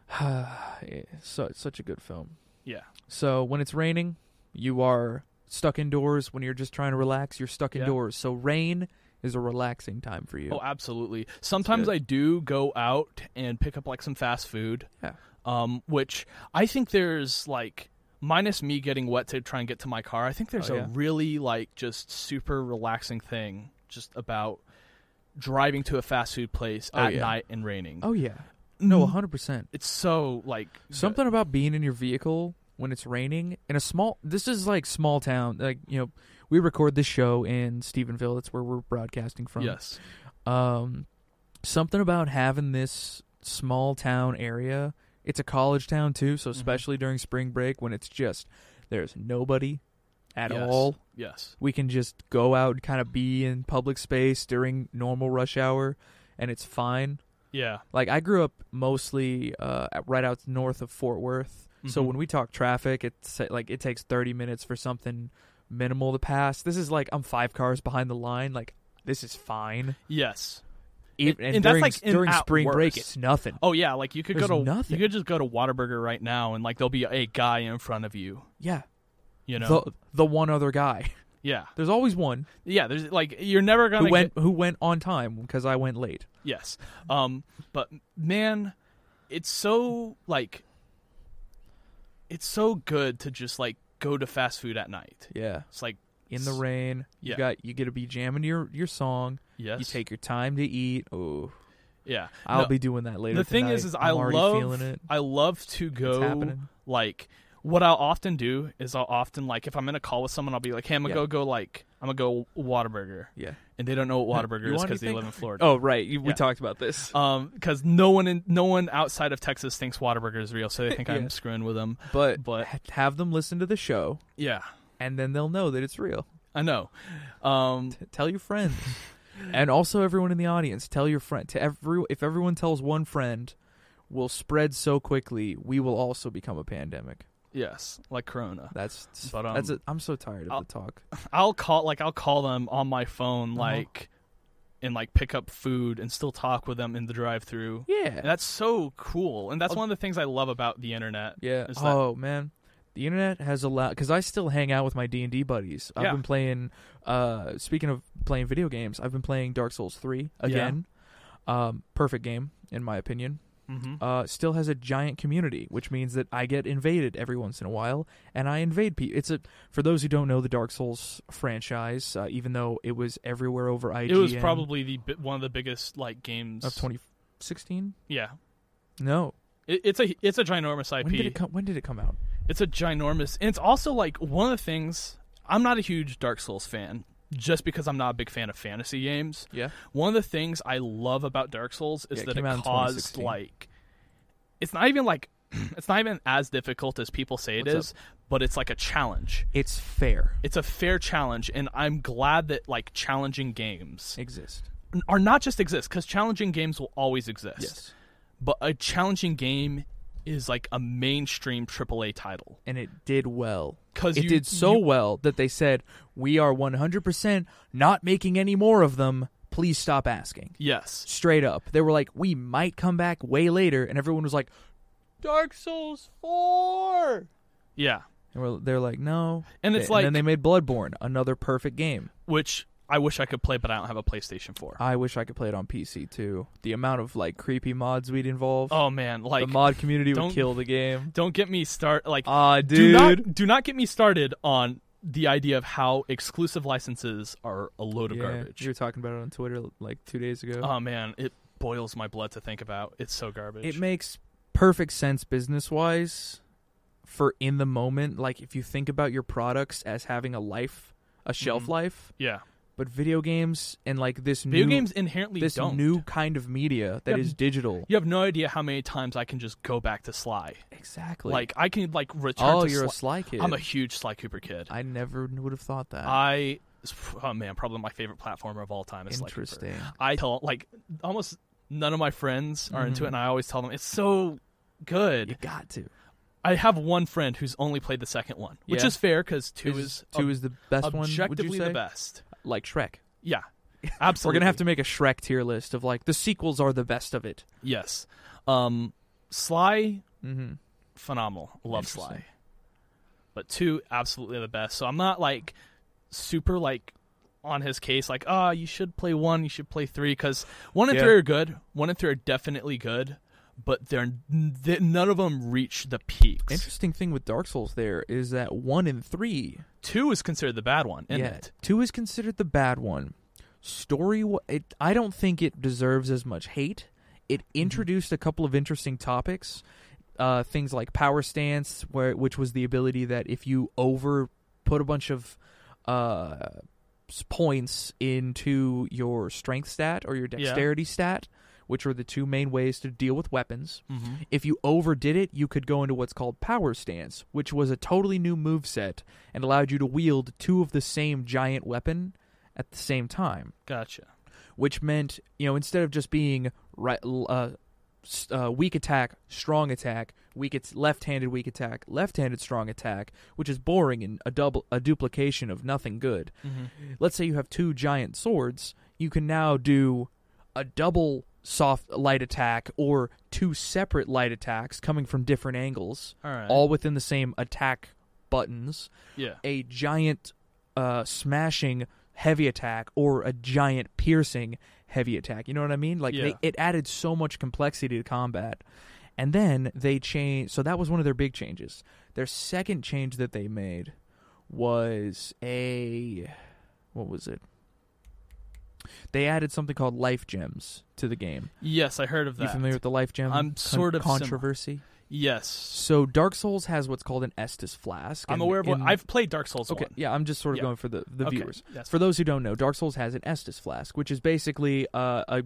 A: Yeah, so it's such a good film.
B: Yeah.
A: So when it's raining, you are stuck indoors. When you're just trying to relax, you're stuck
B: Yeah.
A: indoors. So rain is a relaxing time for you.
B: Oh, absolutely. Sometimes
A: good.
B: I do go out and pick up like some fast food.
A: Yeah.
B: Um, which I think there's like minus me getting wet to try and get to my car. I think there's
A: Oh,
B: a
A: yeah.
B: really like just super relaxing thing just about driving to a fast food place
A: Oh,
B: at
A: yeah.
B: night and raining.
A: Oh yeah. No, 100%.
B: It's so like good.
A: Something about being in your vehicle when it's raining in a small this is like small town like you know we record this show in Stephenville that's where we're broadcasting from
B: Yes.
A: um something about having this small town area it's a college town too so especially during spring break when it's just there's nobody at
B: yes.
A: all
B: Yes.
A: we can just go out and kind of be in public space during normal rush hour and it's fine
B: Yeah.
A: like i grew up mostly uh, at- right out north of fort worth so
B: Mhm.
A: when we talk traffic it's uh, like it takes 30 minutes for something minimal to pass this is like i'm five cars behind the line like this is fine
B: Yes.
A: even
B: and
A: and,
B: that's
A: during,
B: like in
A: during
B: at
A: spring break
B: worst.
A: it's nothing
B: Oh yeah, like you could
A: There's
B: go to
A: nothing.
B: you could just go to Whataburger right now and like there'll be a guy in front of you.
A: yeah
B: You know,
A: the the one other guy
B: yeah,
A: there's always one
B: yeah. There's like you're never
A: who
B: gonna
A: went
B: get-
A: who went on time because i went late
B: yes. Um, but man, it's so like it's so good to just like go to fast food at night.
A: yeah
B: It's like
A: in the rain you
B: Yeah.
A: got you get to be jamming your your song
B: yes,
A: you take your time to eat oh
B: yeah.
A: i'll
B: No,
A: be doing that later
B: the thing
A: tonight.
B: is, is I
A: I'm already
B: love
A: feeling it
B: I love to go
A: happening.
B: like what I'll often do is I'll often like if I'm in a call with someone I'll be like hey I'm gonna
A: Yeah.
B: go go like I'm gonna go Whataburger
A: yeah
B: and they don't know what Whataburger
A: You
B: is
A: want
B: because they
A: anything?
B: live in Florida.
A: Oh right, you, we
B: Yeah.
A: talked about this.
B: Um, because no one in no one outside of Texas thinks Whataburger is real, so they think
A: Yeah.
B: I'm screwing with them.
A: but
B: but-
A: ha- have them listen to the show,
B: Yeah,
A: and then they'll know that it's real.
B: I know. Um,
A: Tell your friends, and also everyone in the audience. Tell your friend to every if everyone tells one friend, will spread so quickly. We will also become a pandemic.
B: yes, like Corona.
A: That's
B: But, um,
A: that's. A, I'm so tired of
B: I'll-
A: the talk.
B: I'll call like I'll call them on my
A: Uh-huh.
B: phone like, and like pick up food and still talk with them in the drive-through.
A: Yeah, Oh.
B: And that's so cool, and that's one of the things I love about the internet.
A: yeah.
B: is that-
A: Oh man, the internet has allowed because I still hang out with my D and D buddies. I've
B: Yeah.
A: been playing. Uh, speaking of playing video games, I've been playing Dark Souls three again. Um, perfect game in my opinion.
B: Mhm.
A: uh, still has a giant community, which means that I get invaded every once in a while, and I invade people. It's a for those who don't know the Dark Souls franchise, uh, even though it was everywhere over IGN.
B: it was probably the bi- one of the biggest like games
A: of 2016.
B: Yeah,
A: No,
B: it, it's a it's a ginormous IP.
A: when did it come? When did it come out?
B: It's a ginormous, and it's also like one of the things. I'm not a huge Dark Souls fan, just because I'm not a big fan of fantasy games.
A: Yeah.
B: One of the things I love about Dark Souls is
A: Yeah, it
B: that
A: came
B: it
A: out in
B: caused
A: 2016.
B: like, it's not even like, it's not even as difficult as people say it is,
A: What's
B: but it's like a challenge.
A: It's fair.
B: It's a fair challenge, and I'm glad that like challenging games
A: Exist.
B: are not just exist because challenging games will always exist. But a challenging game is like a mainstream AAA title.
A: and it did well.
B: 'Cause
A: it
B: you-
A: did so
B: you-
A: well that they said we are 100% not making any more of them. Please stop asking.
B: Yes.
A: straight up. They were like, "We might come back way later," and everyone was like, "Dark Souls 4."
B: Yeah.
A: And we're, they're like, "No."
B: And it's
A: and then
B: like-
A: they made Bloodborne, another perfect game.
B: which I wish I could play, but I don't have a PlayStation 4.
A: I wish I could play it on PC too. The amount of like creepy mods we'd involve.
B: oh man, like
A: the mod community would
B: don't-
A: kill the game.
B: don't get me start like
A: Ah,
B: do not
A: dude.
B: do not get me started on the idea of how exclusive licenses are a load of
A: Yeah,
B: garbage.
A: You were talking about it on Twitter like two days ago.
B: Oh man, it boils my blood to think about. It's so garbage.
A: it makes perfect sense business wise for in the moment. Like if you think about your products as having a life, a
B: Mm-hmm.
A: shelf life,
B: yeah.
A: but video games and like this
B: Video
A: new
B: games inherently
A: this
B: don't.
A: new kind of media that is
B: Yeah.
A: digital.
B: you have no idea how many times I can just go back to Sly.
A: Exactly.
B: Like I can like return.
A: oh,
B: to
A: you're
B: Sly.
A: a Sly kid.
B: I'm a huge Sly Cooper kid.
A: I never would have thought that.
B: I oh man, probably my favorite platformer of all time is Sly Cooper.
A: Interesting.
B: I tell like almost none of my friends are
A: Mm-hmm.
B: into it, and I always tell them it's so good.
A: you got to.
B: I have one friend who's only played the second one, which
A: Yeah.
B: is fair because two
A: Is-
B: is,
A: two
B: ob-
A: is the best one. Would
B: objectively
A: you say?
B: the best.
A: Like Shrek.
B: Yeah, absolutely.
A: We're gonna have to make a Shrek tier list of like the sequels are the best of it.
B: yes. Um, Sly,
A: Mm-hmm.
B: phenomenal. Love
A: Interesting.
B: Sly, but two absolutely the best. So I'm not like super like on his case like ah you should play one you should play three because one and
A: Yeah.
B: three are good one and three are definitely good but they're they, none of them reach the peaks
A: Interesting thing with Dark Souls there is that one in three.
B: two is considered the bad one isn't
A: yeah,
B: it
A: two is considered the bad one. Story, wa- it, I don't think it deserves as much hate. It
B: Mm-hmm.
A: introduced a couple of interesting topics, uh, things like power stance, where which was the ability that if you over put a bunch of uh, s- points into your strength stat or your
B: Yeah.
A: dexterity stat, which are the two main ways to deal with weapons. If you overdid it, you could go into what's called power stance, which was a totally new move set and allowed you to wield two of the same giant weapon at the same time,
B: gotcha
A: which meant, you know, instead of just being right uh, s- uh, weak attack, strong attack, weak it's left-handed weak attack, left-handed strong attack, which is boring and a double a duplication of nothing good.
B: Mm-hmm.
A: Let's say you have two giant swords, you can now do a double soft light attack or two separate light attacks coming from different angles,
B: All right.
A: all within the same attack buttons
B: yeah
A: a giant uh, smashing heavy attack or a giant piercing heavy attack. You know what I mean? Like
B: Yeah.
A: they, it added so much complexity to combat. And then they changed. So that was one of their big changes. Their second change that they made was a what was it? They added something called life gems to the game.
B: Yes, I heard of that.
A: You familiar with the life gem?
B: I'm
A: con-
B: sort of sim-
A: controversy.
B: Yes,
A: So Dark Souls has what's called an Estus flask.
B: I'm
A: and
B: aware of what
A: in-
B: I've played Dark Souls
A: Okay,
B: one.
A: yeah, I'm just sort of
B: Yeah.
A: going for the, the
B: Okay,
A: viewers.
B: that's
A: For those who don't know, Dark Souls has an Estus flask, which is basically uh, a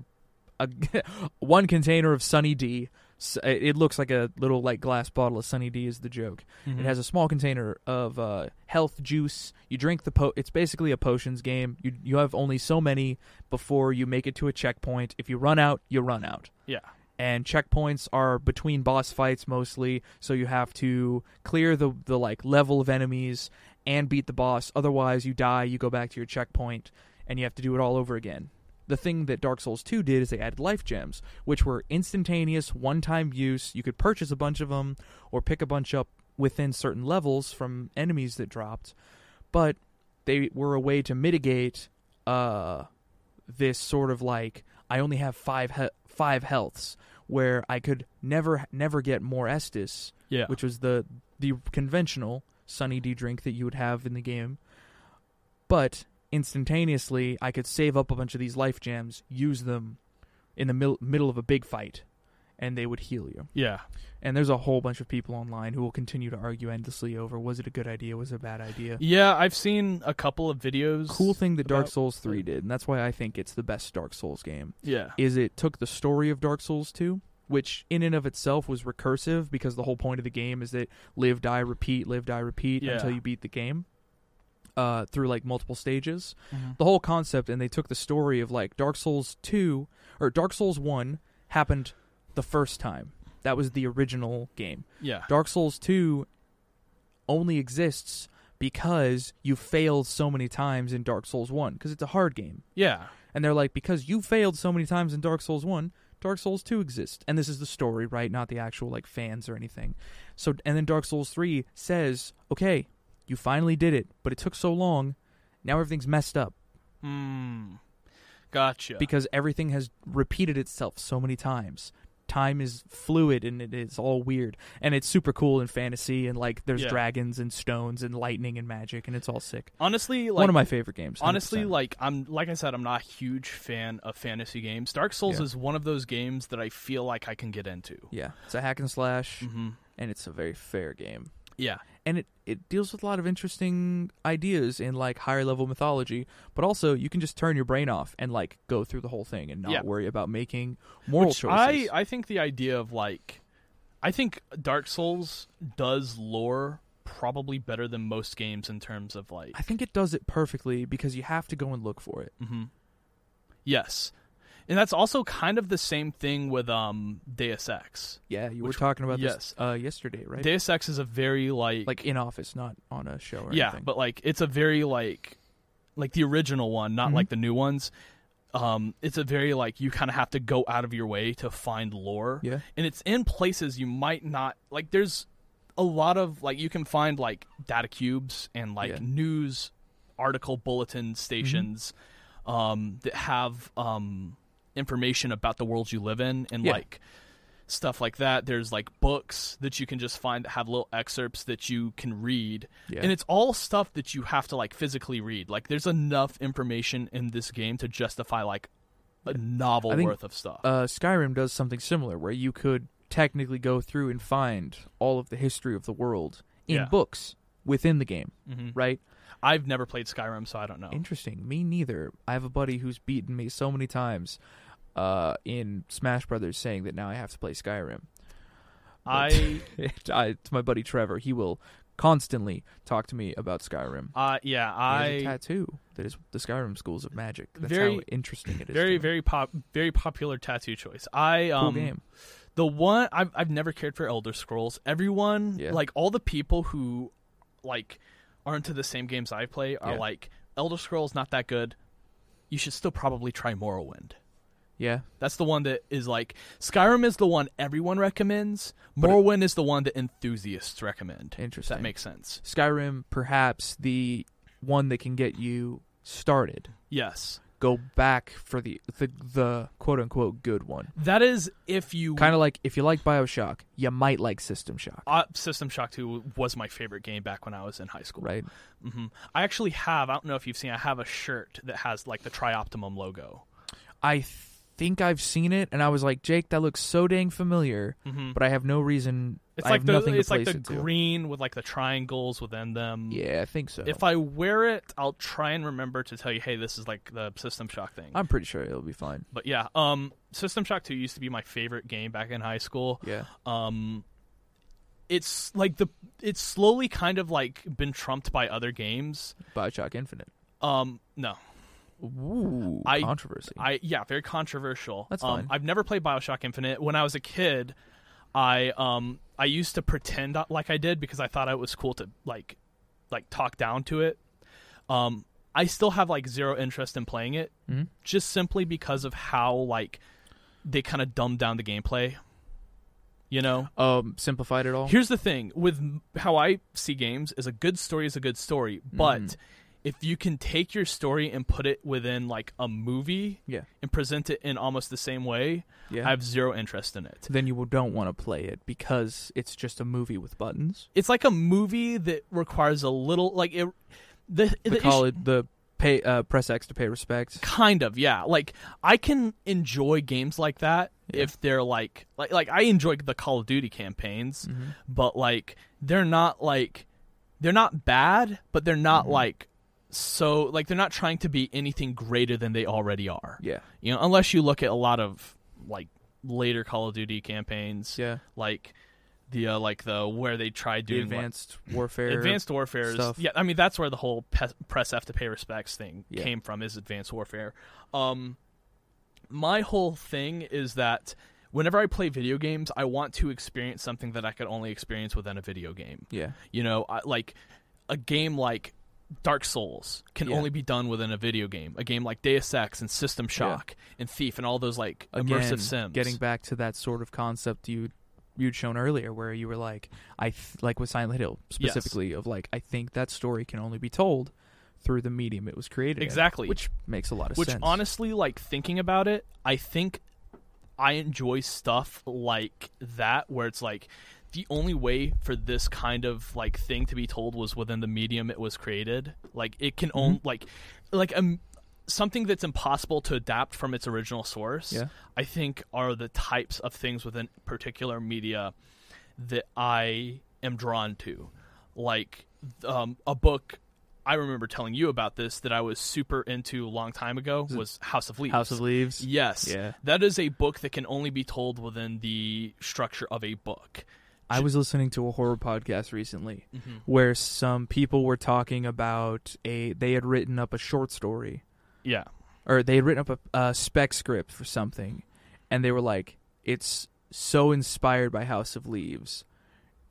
A: a one container of Sunny D. S- uh, It looks like a little like glass bottle of Sunny D is the joke.
B: Mm-hmm.
A: It has a small container of uh, health juice. You drink the po. It's basically a potions game. You you have only so many before you make it to a checkpoint. If you run out, you run out
B: Yeah,
A: and checkpoints are between boss fights mostly so you have to clear the the like level of enemies and beat the boss otherwise you die you go back to your checkpoint and you have to do it all over again the thing that Dark Souls 2 did is they added life gems which were instantaneous one-time use you could purchase a bunch of them or pick a bunch up within certain levels from enemies that dropped but they were a way to mitigate uh this sort of like I only have five he- five healths where I could never never get more Estus,
B: Yeah.
A: which was the the conventional Sunny D drink that you would have in the game. But instantaneously, I could save up a bunch of these life gems, use them in the mil- middle of a big fight, and they would heal you.
B: yeah.
A: And there's a whole bunch of people online who will continue to argue endlessly over was it a good idea, was it a bad idea.
B: Yeah, I've seen a couple of videos.
A: Cool thing that Dark
B: about-
A: Souls 3 did, and that's why I think it's the best Dark Souls game
B: Yeah.
A: is it took the story of Dark Souls 2, which in and of itself was recursive because the whole point of the game is that live, die, repeat, live, die, repeat
B: Yeah.
A: until you beat the game uh, through like multiple stages. The whole concept, and they took the story of like Dark Souls 2 or Dark Souls 1 happened the first time. That was the original game.
B: Yeah.
A: Dark Souls 2 only exists because you failed so many times in Dark Souls 1 because it's a hard game.
B: Yeah.
A: And they're like, because you failed so many times in Dark Souls 1, Dark Souls 2 exists. And this is the story, right? Not the actual like fans or anything. So and then Dark Souls 3 says, "Okay, you finally did it, but it took so long. Now everything's messed up.
B: Gotcha.
A: because everything has repeated itself so many times. Time is fluid and it is all weird. And it's super cool in fantasy and like there's
B: Yeah.
A: dragons and stones and lightning and magic and it's all sick.
B: honestly, like
A: One of my favorite games. 100%.
B: honestly like i'm like i said i'm not a huge fan of fantasy games dark souls
A: Yeah.
B: is one of those games that i feel like i can get into
A: Yeah. It's a hack and slash
B: Mm-hmm.
A: and it's a very fair game.
B: yeah
A: and it, it deals with a lot of interesting ideas in like higher level mythology but also you can just turn your brain off and like go through the whole thing and not
B: Yeah.
A: worry about making moral
B: Which
A: choices
B: i i think the idea of like i think dark souls does lore probably better than most games in terms of like
A: I think it does it perfectly because you have to go and look for it
B: Mm-hmm. yes and that's also kind of the same thing with um deus ex
A: yeah you were talking about
B: yes.
A: this uh, yesterday right
B: deus ex is a very like
A: like in office not on a show or
B: yeah
A: anything
B: but like it's a very like like the original one not
A: Mm-hmm.
B: like the new ones um it's a very like you kind of have to go out of your way to find lore
A: Yeah.
B: and it's in places you might not like there's a lot of like you can find like data cubes and like
A: Yeah. Mm-hmm.
B: news article bulletin stations um that have um information about the world you live in and
A: Yeah.
B: like stuff like that. There's like books that you can just find that have little excerpts that you can read.
A: Yeah.
B: And it's all stuff that you have to like physically read. Like there's enough information in this game to justify like a novel
A: I think,
B: worth of stuff.
A: uh, skyrim does something similar where you could technically go through and find all of the history of the world in
B: Yeah. Mm-hmm.
A: books within the game right
B: I've never played Skyrim, so I don't know.
A: Interesting. Me neither. I have a buddy who's beaten me so many times uh, in Smash Brothers, saying that now I have to play Skyrim.
B: I
A: I, to my buddy Trevor, he will constantly talk to me about Skyrim.
B: uh yeah,
A: He has a
B: I
A: tattoo that is the Skyrim schools of magic. That's how
B: Very-
A: interesting it is. to
B: very
A: him.
B: very pop very popular tattoo choice. I
A: cool
B: um
A: game.
B: The one I've I've never cared for Elder Scrolls. Everyone
A: Yeah.
B: like all the people who like are into the same games I play are
A: Yeah.
B: like Elder Scrolls not that good. You should still probably try Morrowind.
A: Yeah,
B: That's the one that is like Skyrim is the one everyone recommends. Morrowind is the one that enthusiasts recommend. if
A: Interesting.
B: that makes sense.
A: Skyrim, perhaps the one that can get you started.
B: Yes.
A: Go back for the the, the quote unquote good one.
B: That is if you
A: Kind of like if you like Bioshock, you might like System Shock.
B: uh, System Shock 2 was my favorite game back when I was in high school.
A: Right.
B: hmm I actually have, I don't know if you've seen, I have a shirt that has like the Trioptimum logo.
A: I think I've seen it, and I was like, Jake, that looks so dang familiar, but I have no reason.
B: Mm-hmm. It's
A: I
B: like
A: have
B: the
A: nothing
B: it's
A: to
B: like
A: place
B: the
A: it to.
B: green with like the triangles within them.
A: Yeah, I think so.
B: If I wear it, I'll try and remember to tell you, hey, this is like the System Shock thing.
A: I'm pretty sure it'll be fine.
B: but yeah, um, System Shock Two used to be my favorite game back in high school.
A: Yeah.
B: Um, it's like the it's slowly kind of like been trumped by other games.
A: Bioshock Infinite.
B: Um, no,
A: Ooh,
B: I-
A: controversy.
B: I yeah, very controversial.
A: That's
B: um,
A: fine.
B: I've never played BioShock Infinite. When I was a kid, I um I used to pretend like I did because I thought it was cool to like like talk down to it. Um I still have like zero interest in playing it
A: Mm-hmm.
B: just simply because of how like they kind of dumbed down the gameplay. You know?
A: um, simplified it all.
B: Here's the thing with m- how I see games is a good story is a good story, but
A: Mm-hmm.
B: if you can take your story and put it within like a movie
A: Yeah.
B: and present it in almost the same way,
A: Yeah.
B: I have zero interest in it.
A: then you will- don't want to play it because it's just a movie with buttons.
B: It's like a movie that requires a little like it the,
A: The,
B: the issue-
A: call it the pay uh, press X to pay respects.
B: kind of yeah like i can enjoy games like that if they're like like like i enjoy the call of duty campaigns
A: Mm-hmm.
B: but like they're not like they're not bad but they're not
A: Mm-hmm.
B: like so like they're not trying to be anything greater than they already are
A: Yeah.
B: you know unless you look at a lot of like later call of duty campaigns
A: Yeah.
B: like the uh, like the where they tried
A: The
B: doing like-
A: advanced warfare.
B: Advanced Warfare is-
A: stuff.
B: yeah. I mean, that's where the whole pe- press F to pay respects thing
A: Yeah.
B: came from. Is Advanced Warfare. Um, my whole thing is that whenever I play video games, I want to experience something that I could only experience within a video game.
A: Yeah.
B: You know, I, like a game like Dark Souls can
A: Yeah.
B: only be done within a video game. A game like Deus Ex and System Shock and Thief and all those like
A: Again,
B: immersive sims.
A: Getting back to that sort of concept you you'd shown earlier, where you were like, I th- like with Silent Hill specifically, of like I think that story can only be told through the medium it was created. in,
B: Exactly.
A: which makes a lot of
B: Which
A: sense.
B: honestly, like thinking about it, I think I enjoy stuff like that where it's like the only way for this kind of like thing to be told was within the medium it was created. Like it
A: Mm-hmm.
B: can own like like um something that's impossible to adapt from its original source.
A: Yeah.
B: I think are the types of things within particular media that I am drawn to. Like um, a book I remember telling you about this that I was super into a long time ago was House of Leaves.
A: House of Leaves.
B: Yes.
A: Yeah.
B: That is a book that can only be told within the structure of a book.
A: I was listening to a horror podcast recently
B: Mm-hmm.
A: where some people were talking about a they had written up a short story
B: Yeah.
A: or they had written up a, a spec script for something and they were like it's so inspired by House of Leaves.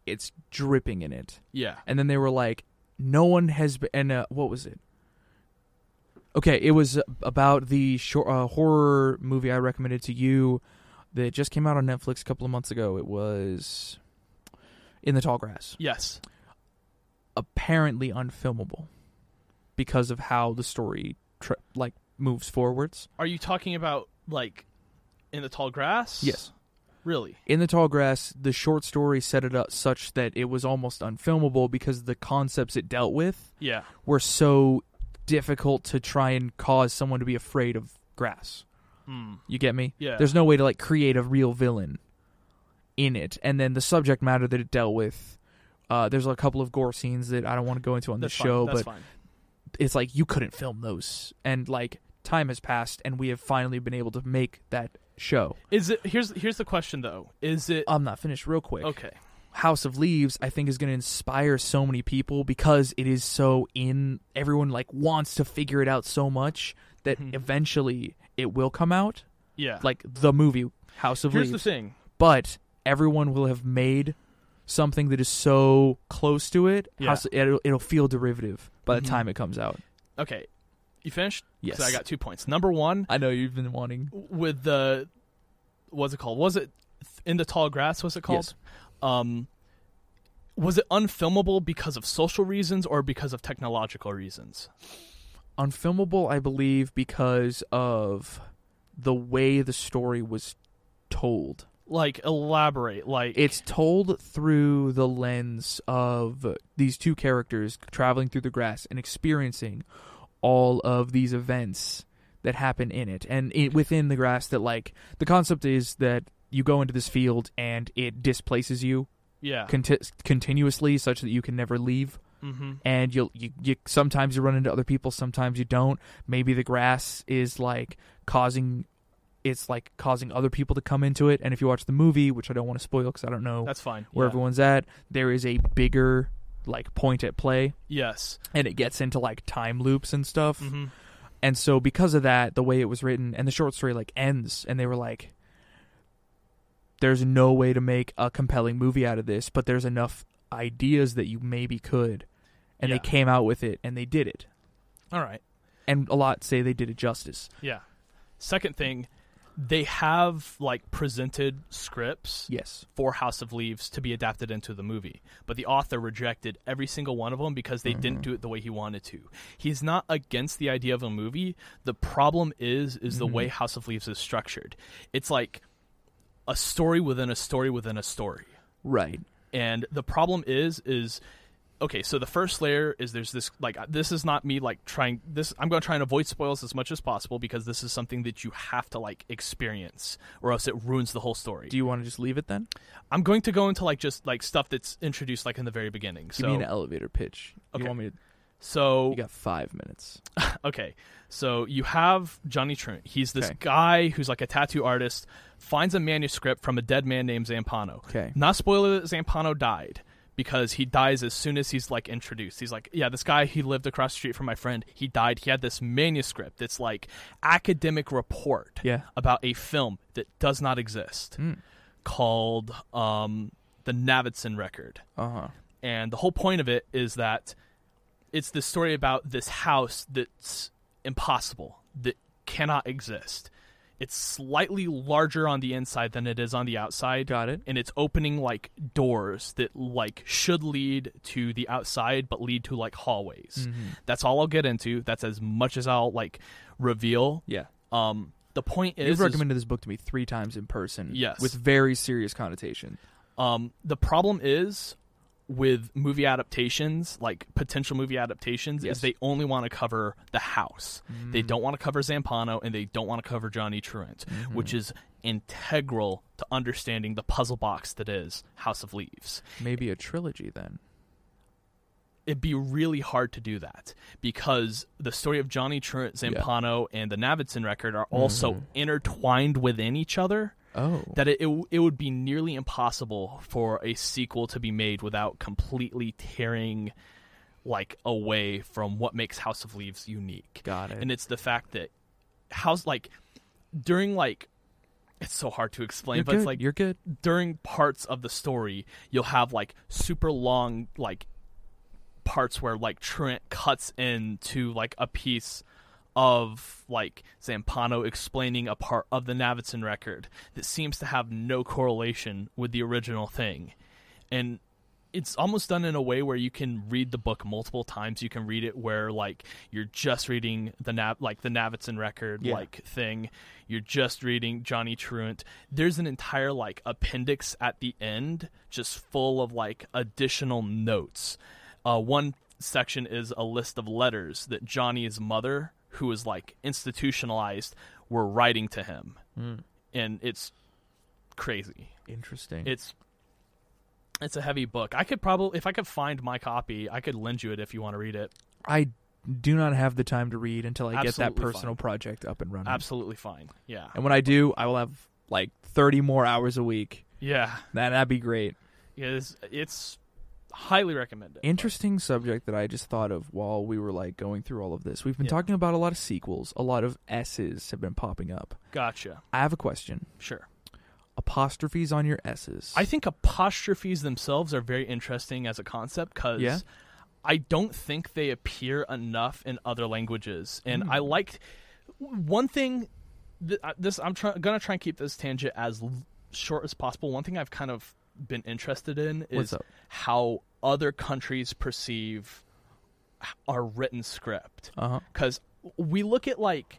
A: It's dripping in it.
B: Yeah.
A: And then they were like, no one has been. And uh, what was it? Okay, it was about the short, uh, horror movie I recommended to you that just came out on Netflix a couple of months ago. It was In the Tall Grass.
B: Yes.
A: Apparently unfilmable because of how the story tr like moves forwards.
B: Are you talking about like in the tall grass?
A: Yes.
B: Really?
A: In the Tall Grass, the short story set it up such that it was almost unfilmable because the concepts it dealt with
B: Yeah.
A: were so difficult to try and cause someone to be afraid of grass. You get me?
B: Hmm. Yeah.
A: There's no way to like create a real villain in it, and then the subject matter that it dealt with. Uh, there's a couple of gore scenes that I don't want to go into on the
B: That's
A: show,
B: fine. That's
A: but
B: fine.
A: it's like you couldn't film those, and like time has passed, and we have finally been able to make that show.
B: Is it here's here's the question though. Is it
A: I'm not finished real quick.
B: okay.
A: House of Leaves, I think, is going to inspire so many people because it is so in. Everyone like wants to figure it out so much that eventually it will come out,
B: Yeah.
A: like the movie House of
B: here's the
A: Leaves.
B: thing.
A: But everyone will have made something that is so close to it.
B: Yeah.
A: House, it'll, it'll feel derivative by the time it comes out.
B: Okay. You finished? 'Cause
A: Yes.
B: I got two points. Number one,
A: I know you've been wanting.
B: with the what's it called? Was it in the tall grass? Was it called?
A: Yes.
B: Um, was it unfilmable because of social reasons or because of technological reasons?
A: unfilmable, I believe, because of the way the story was told.
B: Like elaborate. Like
A: it's told through the lens of these two characters traveling through the grass and experiencing all of these events that happen in it and it, within the grass that like the concept is that you go into this field and it displaces you
B: yeah.
A: conti- continuously such that you can never leave
B: mm-hmm.
A: and you'll you, you sometimes you run into other people sometimes you don't maybe the grass is like causing it's like causing other people to come into it and if you watch the movie which i don't want to spoil because i don't know
B: That's fine.
A: where
B: yeah.
A: everyone's at there is a bigger like point at play
B: Yes.
A: and it gets into like time loops and stuff
B: Mhm.
A: and so because of that the way it was written and the short story like ends and they were like there's no way to make a compelling movie out of this but there's enough ideas that you maybe could and
B: Yeah.
A: they came out with it and they did it
B: All right.
A: and a lot say they did it justice
B: Yeah. Second thing, they have like presented scripts.
A: yes
B: for House of Leaves to be adapted into the movie, but the author rejected every single one of them because they didn't do it the way he wanted to. He's not against the idea of a movie. The problem is is the way House of Leaves is structured. It's like a story within a story within a story.
A: right
B: And the problem is is okay, so the first layer is there's this like uh, this is not me like trying this I'm going to try and avoid spoils as much as possible because this is something that you have to like experience or else it ruins the whole story.
A: do you want to just leave it then
B: I'm going to go into like just like stuff that's introduced like in the very beginning.
A: give me
B: So
A: an elevator pitch
B: Okay.
A: you want me to
B: so
A: you got five minutes
B: okay, so you have Johnny Trent. He's this
A: Okay.
B: guy who's like a tattoo artist. Finds a manuscript from a dead man named Zampano.
A: Okay.
B: Not spoiler that Zampano died because he dies as soon as he's like introduced. He's like, yeah, this guy he lived across the street from my friend. He died. He had this manuscript that's like academic report
A: Yeah. Hmm.
B: about a film that does not exist called um, the Navidson Record.
A: uh-huh
B: and the whole point of it is that it's this story about this house that's impossible that cannot exist It's slightly larger on the inside than it is on the outside.
A: Got it.
B: And it's opening like doors that like should lead to the outside but lead to like hallways.
A: Mm-hmm.
B: That's all I'll get into. That's as much as I'll like reveal.
A: Yeah.
B: Um the point is,
A: You've
B: is
A: recommended this book to me three times in person.
B: Yes.
A: With very serious connotation.
B: Um, the problem is with movie adaptations, like potential movie adaptations,
A: Yes.
B: is they only want to cover the house. They don't want to cover Zampano and they don't want to cover Johnny Truant, which is integral to understanding the puzzle box that is House of Leaves.
A: Maybe a trilogy then.
B: It'd be really hard to do that because the story of Johnny Truant, Zampano, and the Navidson record are also intertwined within each other
A: Oh.
B: that it, it, w- it would be nearly impossible for a sequel to be made without completely tearing like away from what makes House of Leaves unique.
A: Got it.
B: And it's the fact that House like during like it's so hard to explain,
A: you're
B: but
A: good.
B: it's like
A: you're good.
B: during parts of the story, you'll have like super long like parts where like Trent cuts into like a piece of like Zampano explaining a part of the Navidson record that seems to have no correlation with the original thing. And it's almost done in a way where you can read the book multiple times. You can read it where like you're just reading the nav like the Navidson record
A: Yeah.
B: like thing. You're just reading Johnny Truant. There's an entire like appendix at the end, just full of like additional notes. Uh, one section is a list of letters that Johnny's mother, who is like institutionalized, were writing to him, and it's crazy.
A: Interesting.
B: It's it's a heavy book. I could probably, if I could find my copy, I could lend you it if you want to read it.
A: I do not have the time to read until I get that
B: Absolutely
A: personal
B: fine.
A: project up and running.
B: Absolutely fine. Yeah,
A: And when I do, I will have like 30 more hours a week.
B: yeah.
A: That that'd be great.
B: It's it's highly recommended.
A: Interesting subject that I just thought of while we were like going through all of this. We've been
B: Yeah.
A: talking about a lot of sequels. A lot of S's have been popping up.
B: Gotcha.
A: I have a question.
B: Sure.
A: Apostrophes on your S's.
B: I think apostrophes themselves are very interesting as a concept because
A: Yeah.
B: I don't think they appear enough in other languages. And
A: Hmm.
B: I liked one thing. Th- I- this I'm try- gonna try and keep this tangent as l- short as possible. One thing I've kind of been interested in
A: What's
B: is
A: up?
B: how other countries perceive h- our written script
A: Uh-huh.
B: because we look at like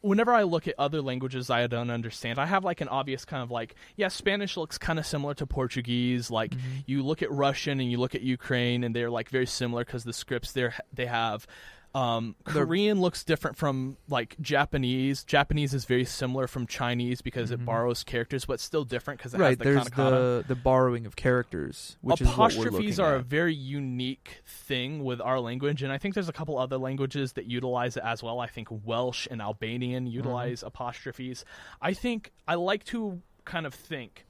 B: whenever I look at other languages I don't understand, I have like an obvious kind of like, yeah, Spanish looks kind of similar to Portuguese. Like
A: Mm-hmm.
B: you look at Russian and you look at Ukraine, and they're like very similar because the scripts they they have. Um, Korean looks different from like Japanese. Japanese is very similar from Chinese because it borrows characters, but still different because it has
A: Mm-hmm. right.
B: the
A: there's
B: katakana
A: the the borrowing of characters, which is what we're
B: apostrophes
A: looking
B: are a
A: at.
B: very unique thing with our language and i think there's a couple other languages that utilize it as well i think welsh and albanian
A: Mm-hmm.
B: utilize apostrophes i think i like to kind of think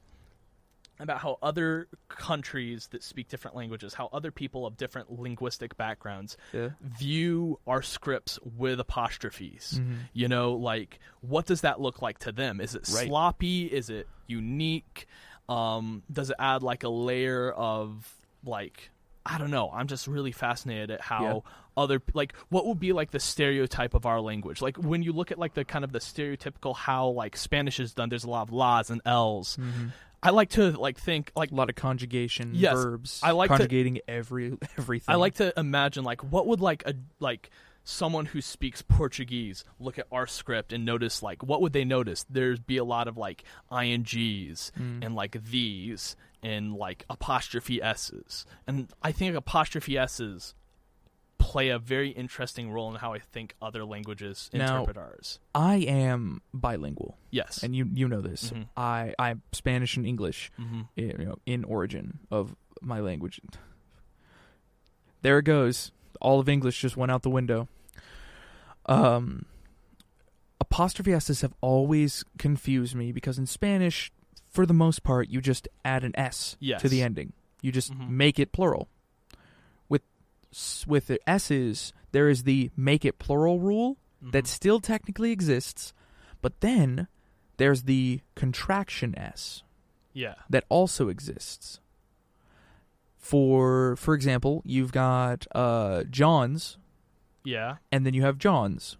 B: about how other countries that speak different languages how other people of different linguistic backgrounds
A: Yeah.
B: view our scripts with apostrophes
A: Mm-hmm.
B: you know like what does that look like to them is it
A: Right.
B: sloppy is it unique um does it add like a layer of like i don't know i'm just really fascinated at how other like what would be like the stereotype of our language like when you look at like the kind of the stereotypical how like spanish is done there's a lot of las and l's i like to like think like
A: a lot of conjugation
B: Yes,
A: verbs.
B: I like to-
A: conjugating every everything.
B: I like to imagine like what would like a like someone who speaks Portuguese look at our script and notice like what would they notice? There'd be a lot of like ings
A: Hmm.
B: and like these and like apostrophe s's, and I think apostrophe s's play a very interesting role in how I think other languages
A: Now-
B: interpret ours.
A: I am bilingual.
B: Yes,
A: and you you know this.
B: Mm-hmm.
A: I I'm Spanish and English, i- you know, in origin of my language. There it goes. All of English just went out the window. Um, apostrophe s's have always confused me because in Spanish, for the most part, you just add an s
B: Yes.
A: to the ending. You just make it plural. With s- with the s's, there is the make it plural rule that still technically exists, but then there's the contraction s
B: yeah,
A: that also exists. For for example, you've got uh, John's,
B: yeah,
A: and then you have John's.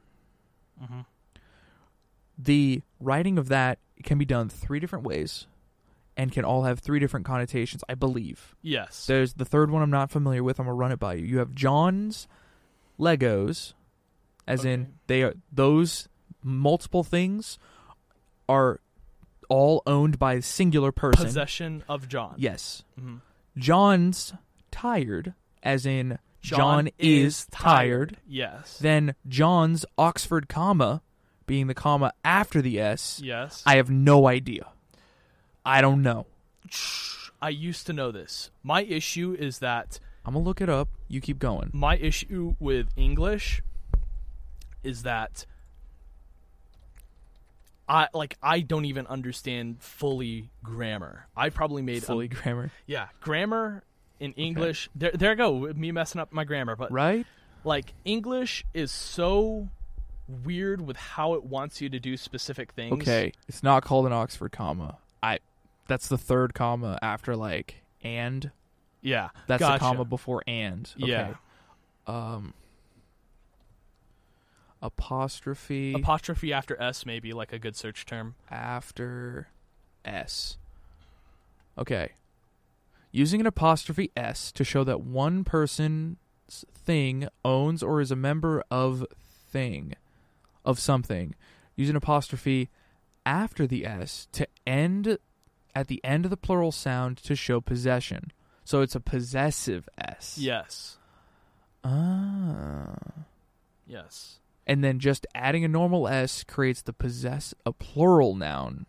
A: the writing of that can be done three different ways and can all have three different connotations, I believe.
B: Yes.
A: There's the third one I'm not familiar with. I'm gonna run it by you. You have John's Legos, as in
B: Okay.
A: they are those multiple things are all owned by a singular person.
B: Possession of John.
A: Yes.
B: Mhm.
A: John's tired, as in John, is tired.
B: Yes.
A: Then John's Oxford comma, being the comma after the S.
B: yes.
A: I have no idea. I don't know.
B: I used to know this. My issue is that
A: I'm gonna look it up. You keep going.
B: my issue with English is that I like I don't even understand fully grammar. I probably made a-
A: Fully grammar,
B: yeah grammar in English. There, there I go. with Me messing up my grammar, but
A: right?
B: like English is so weird with how it wants you to do specific things.
A: Okay, it's not called an Oxford comma. I. That's the third comma after like and.
B: Yeah.
A: That's
B: gotcha.
A: the comma before and. Okay. Um,
B: Yeah.
A: Apostrophe
B: Apostrophe after S may be like a good search term.
A: after S. Okay. Using an apostrophe S to show that one person's thing owns or is a member of thing of something. Use an apostrophe after the S to end at the end of the plural sound to show possession. So it's a possessive S.
B: Yes.
A: Ah.
B: Yes.
A: and then just adding a normal s creates the possess a plural noun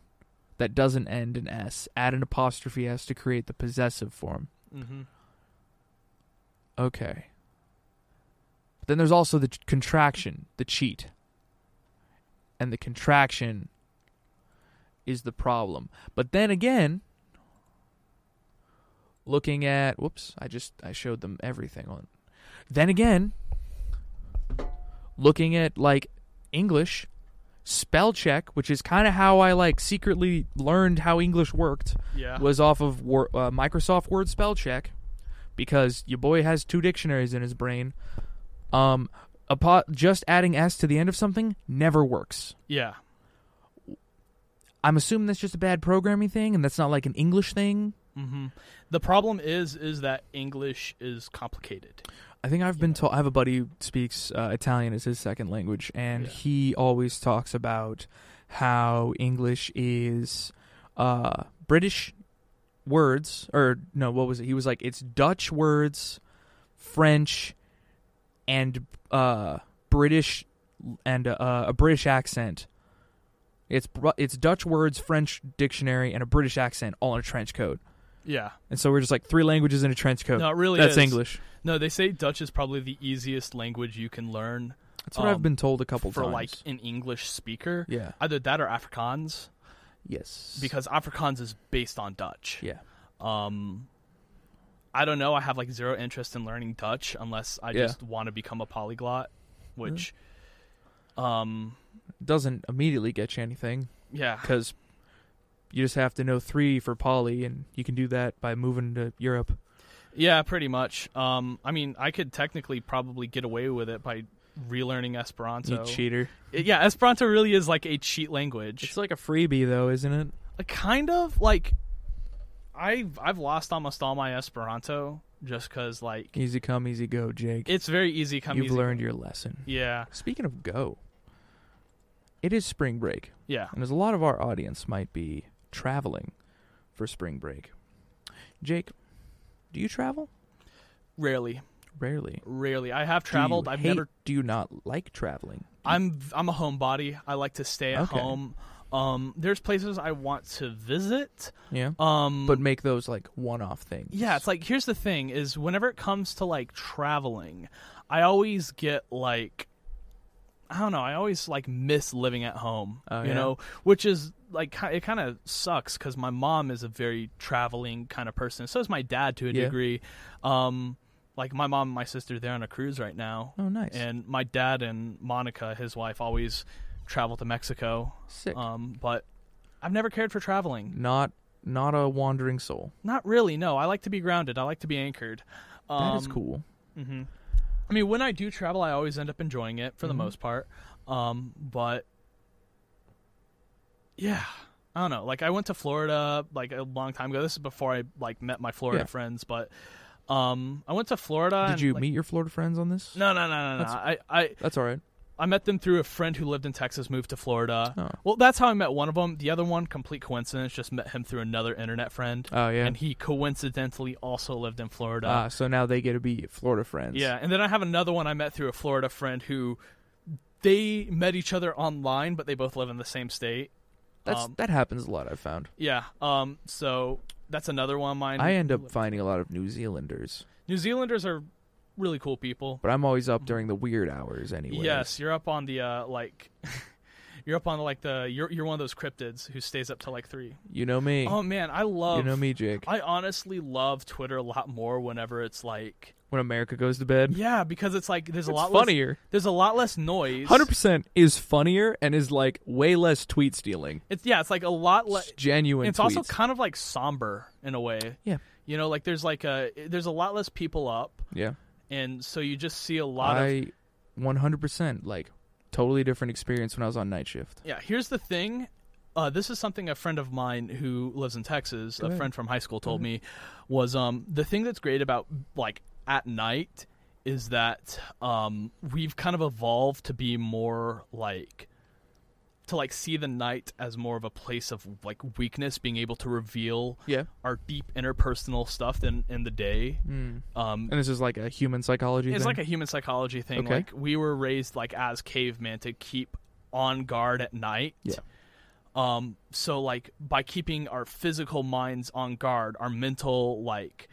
A: that doesn't end in s add an apostrophe s to create the possessive form
B: Mm-hmm.
A: okay then there's also the ch- contraction the cheat and the contraction is the problem but then again looking at whoops i just i showed them everything on then again looking at like english spell check which is kind of how i like secretly learned how english worked
B: Yeah.
A: was off of Wor- uh, microsoft word spell check because your boy has two dictionaries in his brain um apo- just adding s to the end of something never works
B: Yeah.
A: i'm assuming that's just a bad programming thing and that's not like an english thing
B: The problem is is that English is complicated.
A: I think I've been told. I have a buddy who speaks uh, Italian as his second language, and
B: Yeah.
A: he always talks about how English is uh, British words, or no, what was it? He was like, it's Dutch words, French, and uh, British, and uh, a British accent. It's Bru- it's Dutch words, French dictionary, and a British accent, all in a trench coat.
B: Yeah.
A: And so we're just like three languages in a trench coat.
B: No, it really
A: That's
B: is.
A: English.
B: No, they say Dutch is probably the easiest language you can learn
A: That's what I've
B: um,
A: been told a couple
B: for
A: times.
B: like an English speaker.
A: Yeah.
B: Either that or Afrikaans
A: Yes.
B: because Afrikaans is based on Dutch.
A: yeah,
B: Um I don't know, I have like zero interest in learning Dutch unless I
A: Yeah.
B: just want to become a polyglot, which
A: Mm-hmm.
B: um
A: doesn't immediately get you anything
B: yeah.
A: because you just have to know three for poly, and you can do that by moving to Europe.
B: Yeah, pretty much. Um, I mean, I could technically probably get away with it by relearning
A: you
B: Esperanto.
A: cheater!
B: Yeah, Esperanto really is like a cheat language.
A: It's like a freebie, though, isn't it?
B: Uh, kind of like I've I've lost almost all my Esperanto just because like
A: Easy come, easy go, Jake.
B: it's very easy come.
A: You've
B: easy-
A: learned your lesson.
B: Yeah,
A: Speaking of go, it is spring break,
B: yeah.
A: and as a lot of our audience might be traveling for spring break. Jake, do you travel?
B: Rarely,
A: Rarely.
B: rarely. I have
A: Do you
B: traveled. I've
A: hate-
B: never.
A: Do you not like traveling?
B: I'm I'm a homebody. I like to stay at
A: Okay.
B: home. Um, there's places I want to visit.
A: Yeah.
B: Um,
A: but make those like one-off things.
B: Yeah, it's like here's the thing is whenever it comes to like traveling, I always get like I don't know, I always like miss living at home,
A: Oh,
B: you
A: yeah?
B: know, which is like ki- it kind of sucks cuz my mom is a very traveling kind of person. So is my dad to a
A: Yeah.
B: degree. Um like my mom and my sister they're on a cruise right now.
A: Oh, nice.
B: And my dad and Monica, his wife, always travel to Mexico.
A: Sick.
B: Um but I've never cared for traveling.
A: not not a wandering soul.
B: Not really. No, I like to be grounded. I like to be anchored. Um,
A: That is cool.
B: I mean, when I
A: Mm-hmm.
B: do travel, I always end up enjoying it for the most part. Um, but yeah i don't know like i went to florida like a long time ago this is before i like met my florida
A: Yeah.
B: friends but um i went to florida
A: Did
B: and,
A: you
B: like- Mm.
A: meet your Florida friends on this?
B: no no no no no i i
A: That's all right.
B: I met them through a friend who lived in Texas, moved to Florida.
A: Oh.
B: Well, that's how I met one of them. The other one, complete coincidence, just met him through another internet friend.
A: Oh, yeah.
B: and he coincidentally also lived in Florida.
A: Ah, so now they get to be Florida friends.
B: Yeah, and then I have another one I met through a Florida friend who they met each other online, but they both live in the same state.
A: that's
B: Um,
A: that happens a lot. I've found.
B: Yeah, um, so that's another one of mine.
A: I end up finding a lot of New Zealanders,
B: New Zealanders are really cool people.
A: but I'm always up during the weird hours anyway.
B: Mm. Yes, you're up on the uh, like. You're up on like the you're you're one of those cryptids who stays up till like three.
A: you know me.
B: Oh man, I love
A: you know me, Jake.
B: I honestly love Twitter a lot more whenever it's like
A: when America goes to bed,
B: yeah, because it's like there's a
A: It's
B: lot Less,
A: funnier.
B: there's a lot less noise.
A: hundred percent is funnier and is like way less tweet stealing.
B: It's yeah, it's like a lot less.
A: It's genuine.
B: It's also
A: tweets.
B: kind of like somber in a way.
A: yeah,
B: You know, like there's like a there's a lot less people up,
A: yeah.
B: and so you just see a lot of
A: I one hundred percent like totally different experience when I was on night shift.
B: Yeah, here's the thing. Uh, this is something a friend of mine who lives in Texas, a friend from high school, told
A: Mm-hmm.
B: me was um, the thing that's great about like at night is that um, we've kind of evolved to be more like to like see the night as more of a place of like weakness, being able to reveal
A: Yeah.
B: our deep interpersonal stuff than in the day. Um,
A: And this is like a human psychology.
B: it's
A: thing?
B: like a human psychology thing.
A: Okay.
B: Like we were raised like as cavemen to keep on guard at night.
A: Yeah.
B: Um. So like by keeping our physical minds on guard, our mental like,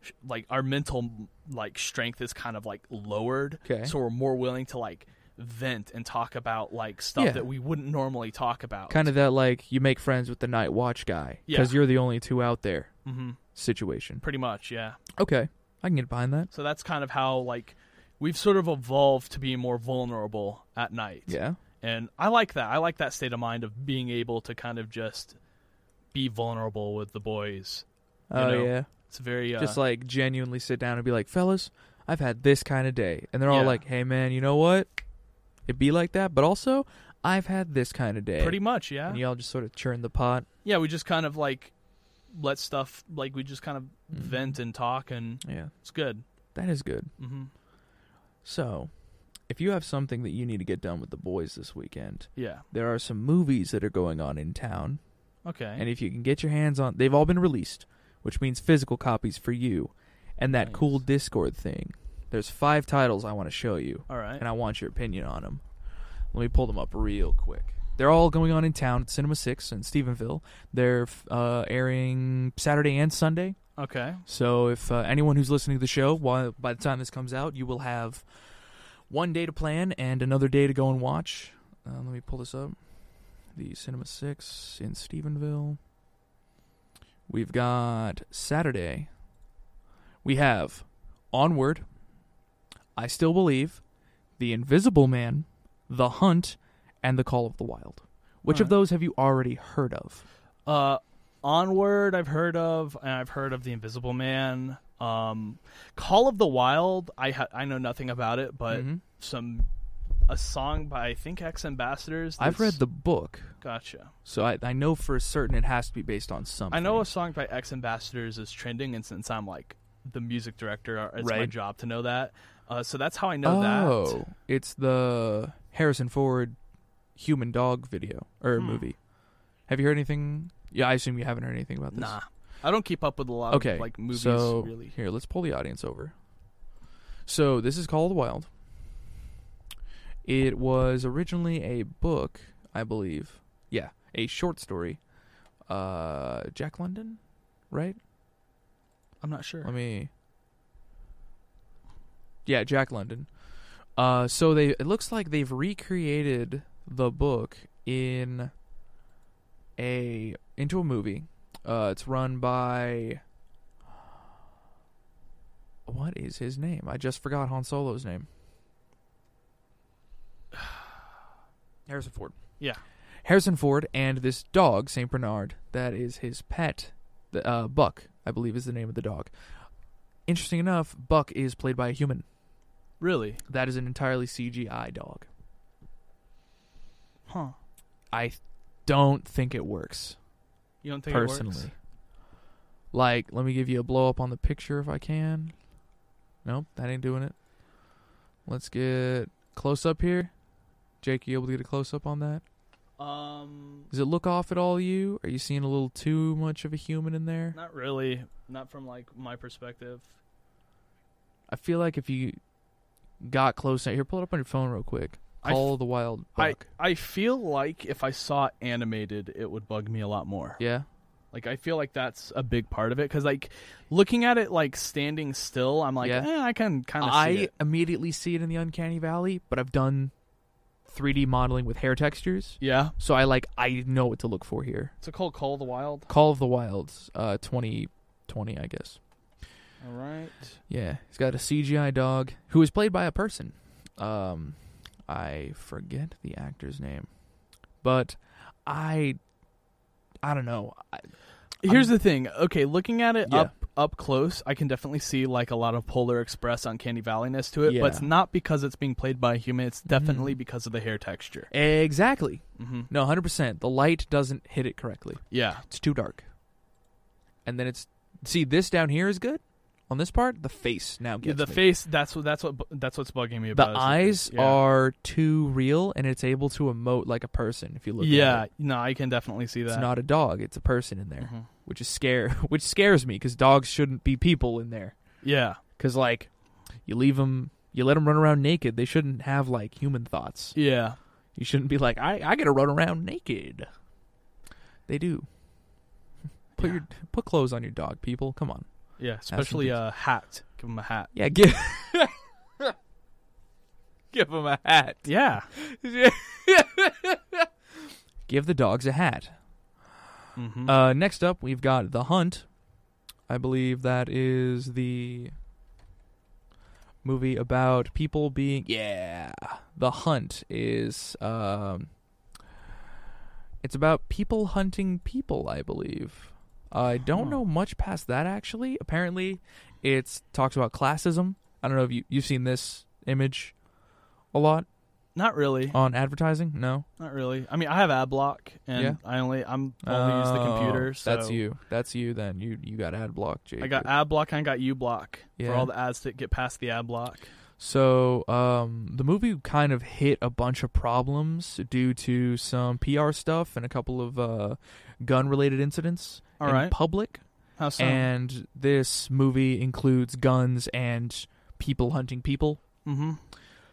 B: sh- like our mental like strength is kind of like lowered.
A: Okay.
B: So we're more willing to like vent and talk about like stuff
A: Yeah.
B: that we wouldn't normally talk about.
A: kind of that like you make friends with the night watch guy because
B: Yeah.
A: you're the only two out there mm-hmm. situation.
B: Pretty much. Yeah.
A: Okay, I can get behind that.
B: So that's kind of how like we've sort of evolved to be more vulnerable at night.
A: Yeah,
B: And I like that. I like that state of mind of being able to kind of just be vulnerable with the boys. You
A: Oh,
B: know?
A: yeah.
B: It's very uh,
A: just like genuinely sit down and be like, fellas, I've had this kind of day, and they're all
B: Yeah.
A: like, hey man, you know what? It'd be like that, but also I've had this kind of day.
B: pretty much, yeah.
A: And y'all just sort of churn the pot.
B: Yeah, we just kind of like let stuff like we just kind of
A: Mm-hmm.
B: vent and talk and
A: Yeah,
B: it's good.
A: that is good.
B: hmm
A: So, if you have something that you need to get done with the boys this weekend,
B: Yeah.
A: there are some movies that are going on in town.
B: Okay.
A: And if you can get your hands on, they've all been released, which means physical copies for you. And that
B: Nice.
A: cool Discord thing. There's five titles I want to show you.
B: All right.
A: And I want your opinion on them. Let me pull them up real quick. They're all going on in town at Cinema 6 in Stephenville. They're f- uh, airing Saturday and Sunday.
B: okay.
A: So if uh, anyone who's listening to the show, while, by the time this comes out, you will have one day to plan and another day to go and watch. Uh, let me pull this up. The Cinema 6 in Stephenville. We've got Saturday. We have Onward, I Still Believe, The Invisible Man, The Hunt, and The Call of the Wild. Which of those have you already heard of?
B: Uh Onward I've heard of and I've heard of The Invisible Man. Um Call of the Wild, I ha- I know nothing about it, but
A: Mm-hmm.
B: some a song by I think ex ambassadors.
A: I've read the book.
B: Gotcha.
A: So I, I know for certain it has to be based on something.
B: I know a song by Ex Ambassadors is trending, and since I'm like the music director, uh, it's my
A: Right.
B: job to know that. Uh, so that's how I know
A: Oh,
B: that.
A: it's the Harrison Ford human dog video
B: Hmm.
A: or movie. Have you heard anything? Yeah, I assume you haven't heard anything about this.
B: Nah, I don't keep up with a lot
A: Okay.
B: of like movies.
A: so
B: really,
A: here, let's pull the audience over. So this is Call of the Wild. It was originally a book, I believe. Yeah, a short story. Uh, Jack London, right?
B: I'm not sure.
A: Let me. Yeah, Jack London. Uh, so they it looks like they've recreated the book in a into a movie. Uh, it's run by what is his name? I just forgot Han Solo's name. Harrison Ford.
B: yeah,
A: Harrison Ford and this dog, Saint Bernard, that is his pet, the uh, Buck, I believe is the name of the dog. Interesting enough, Buck is played by a human.
B: really,
A: That is an entirely CGI dog.
B: huh?
A: I don't think it works
B: You don't think
A: personally.
B: it works?
A: Like, let me give you a blow up on the picture if I can. Nope, that ain't doing it. Let's get close up here. Jake, you able to get a close up on that?
B: Um,
A: Does it look off at all? You are you seeing a little too much of a human in there?
B: not really. Not from like my perspective.
A: I feel like if you got close here, pull it up on your phone real quick.
B: I f-
A: Call the wild
B: I
A: buck.
B: I feel like if I saw it animated, it would bug me a lot more.
A: yeah,
B: Like I feel like that's a big part of it because like looking at it like standing still, I'm like,
A: Yeah.
B: eh, I can kind of
A: I
B: see it.
A: immediately see it in the uncanny valley, but I've done 3D modeling with hair textures,
B: Yeah,
A: so I like I know what to look for here.
B: it's a called Call of the Wild.
A: Call of the Wilds, uh, 2020, I guess.
B: All right.
A: Yeah, he's got a CGI dog who is played by a person. Um, I forget the actor's name, but I, I don't know. I,
B: Here's the thing. Okay, looking at it
A: Yeah.
B: up up close, I can definitely see like a lot of Polar Express on Candy Valleyness to it,
A: Yeah. Mm-hmm.
B: but it's not because it's being played by a human. It's definitely because of the hair texture.
A: exactly.
B: Mhm.
A: No, hundred percent. The light doesn't hit it correctly.
B: Yeah.
A: It's too dark. And then it's see this down here is good. On this part, the face now gets
B: the
A: me.
B: face that's what that's what bu- that's what's bugging me
A: The
B: about. is
A: eyes
B: yeah.
A: are too real, and it's able to emote like a person. If you look,
B: Yeah,
A: at it.
B: no, I can definitely see that.
A: it's not a dog; it's a person in there, which is scare, which scares me because dogs shouldn't be people in there.
B: yeah.
A: Because like, you leave them, you let them run around naked. They shouldn't have like human thoughts.
B: Yeah.
A: You shouldn't be like, I, I gotta run around naked. They do. Put your put clothes on your dog, people. Come on.
B: Yeah, especially
A: decent.
B: a hat. Give him a hat.
A: Yeah, give give him a hat.
B: Yeah.
A: Give the dogs a hat. Uh, next up, we've got the hunt. I believe that is the movie about people being yeah. The hunt is um, it's about people hunting people. I believe. I don't know much past that actually. Apparently, it's talks about classism. I don't know if you you've seen this image a lot
B: Not really.
A: on advertising. No,
B: Not really. I mean, I have ad block, and
A: Yeah.
B: I only I'm I only use the
A: Oh,
B: computer. So
A: That's you. That's you. Then you you got ad block, Jake.
B: I got ad block. I got u block
A: Yeah.
B: for all the ads that get past the ad block.
A: So um, the movie kind of hit a bunch of problems due to some PR stuff and a couple of uh, gun related incidents
B: All
A: in
B: right.
A: public.
B: How so?
A: And this movie includes guns and people hunting people.
B: mm-hmm.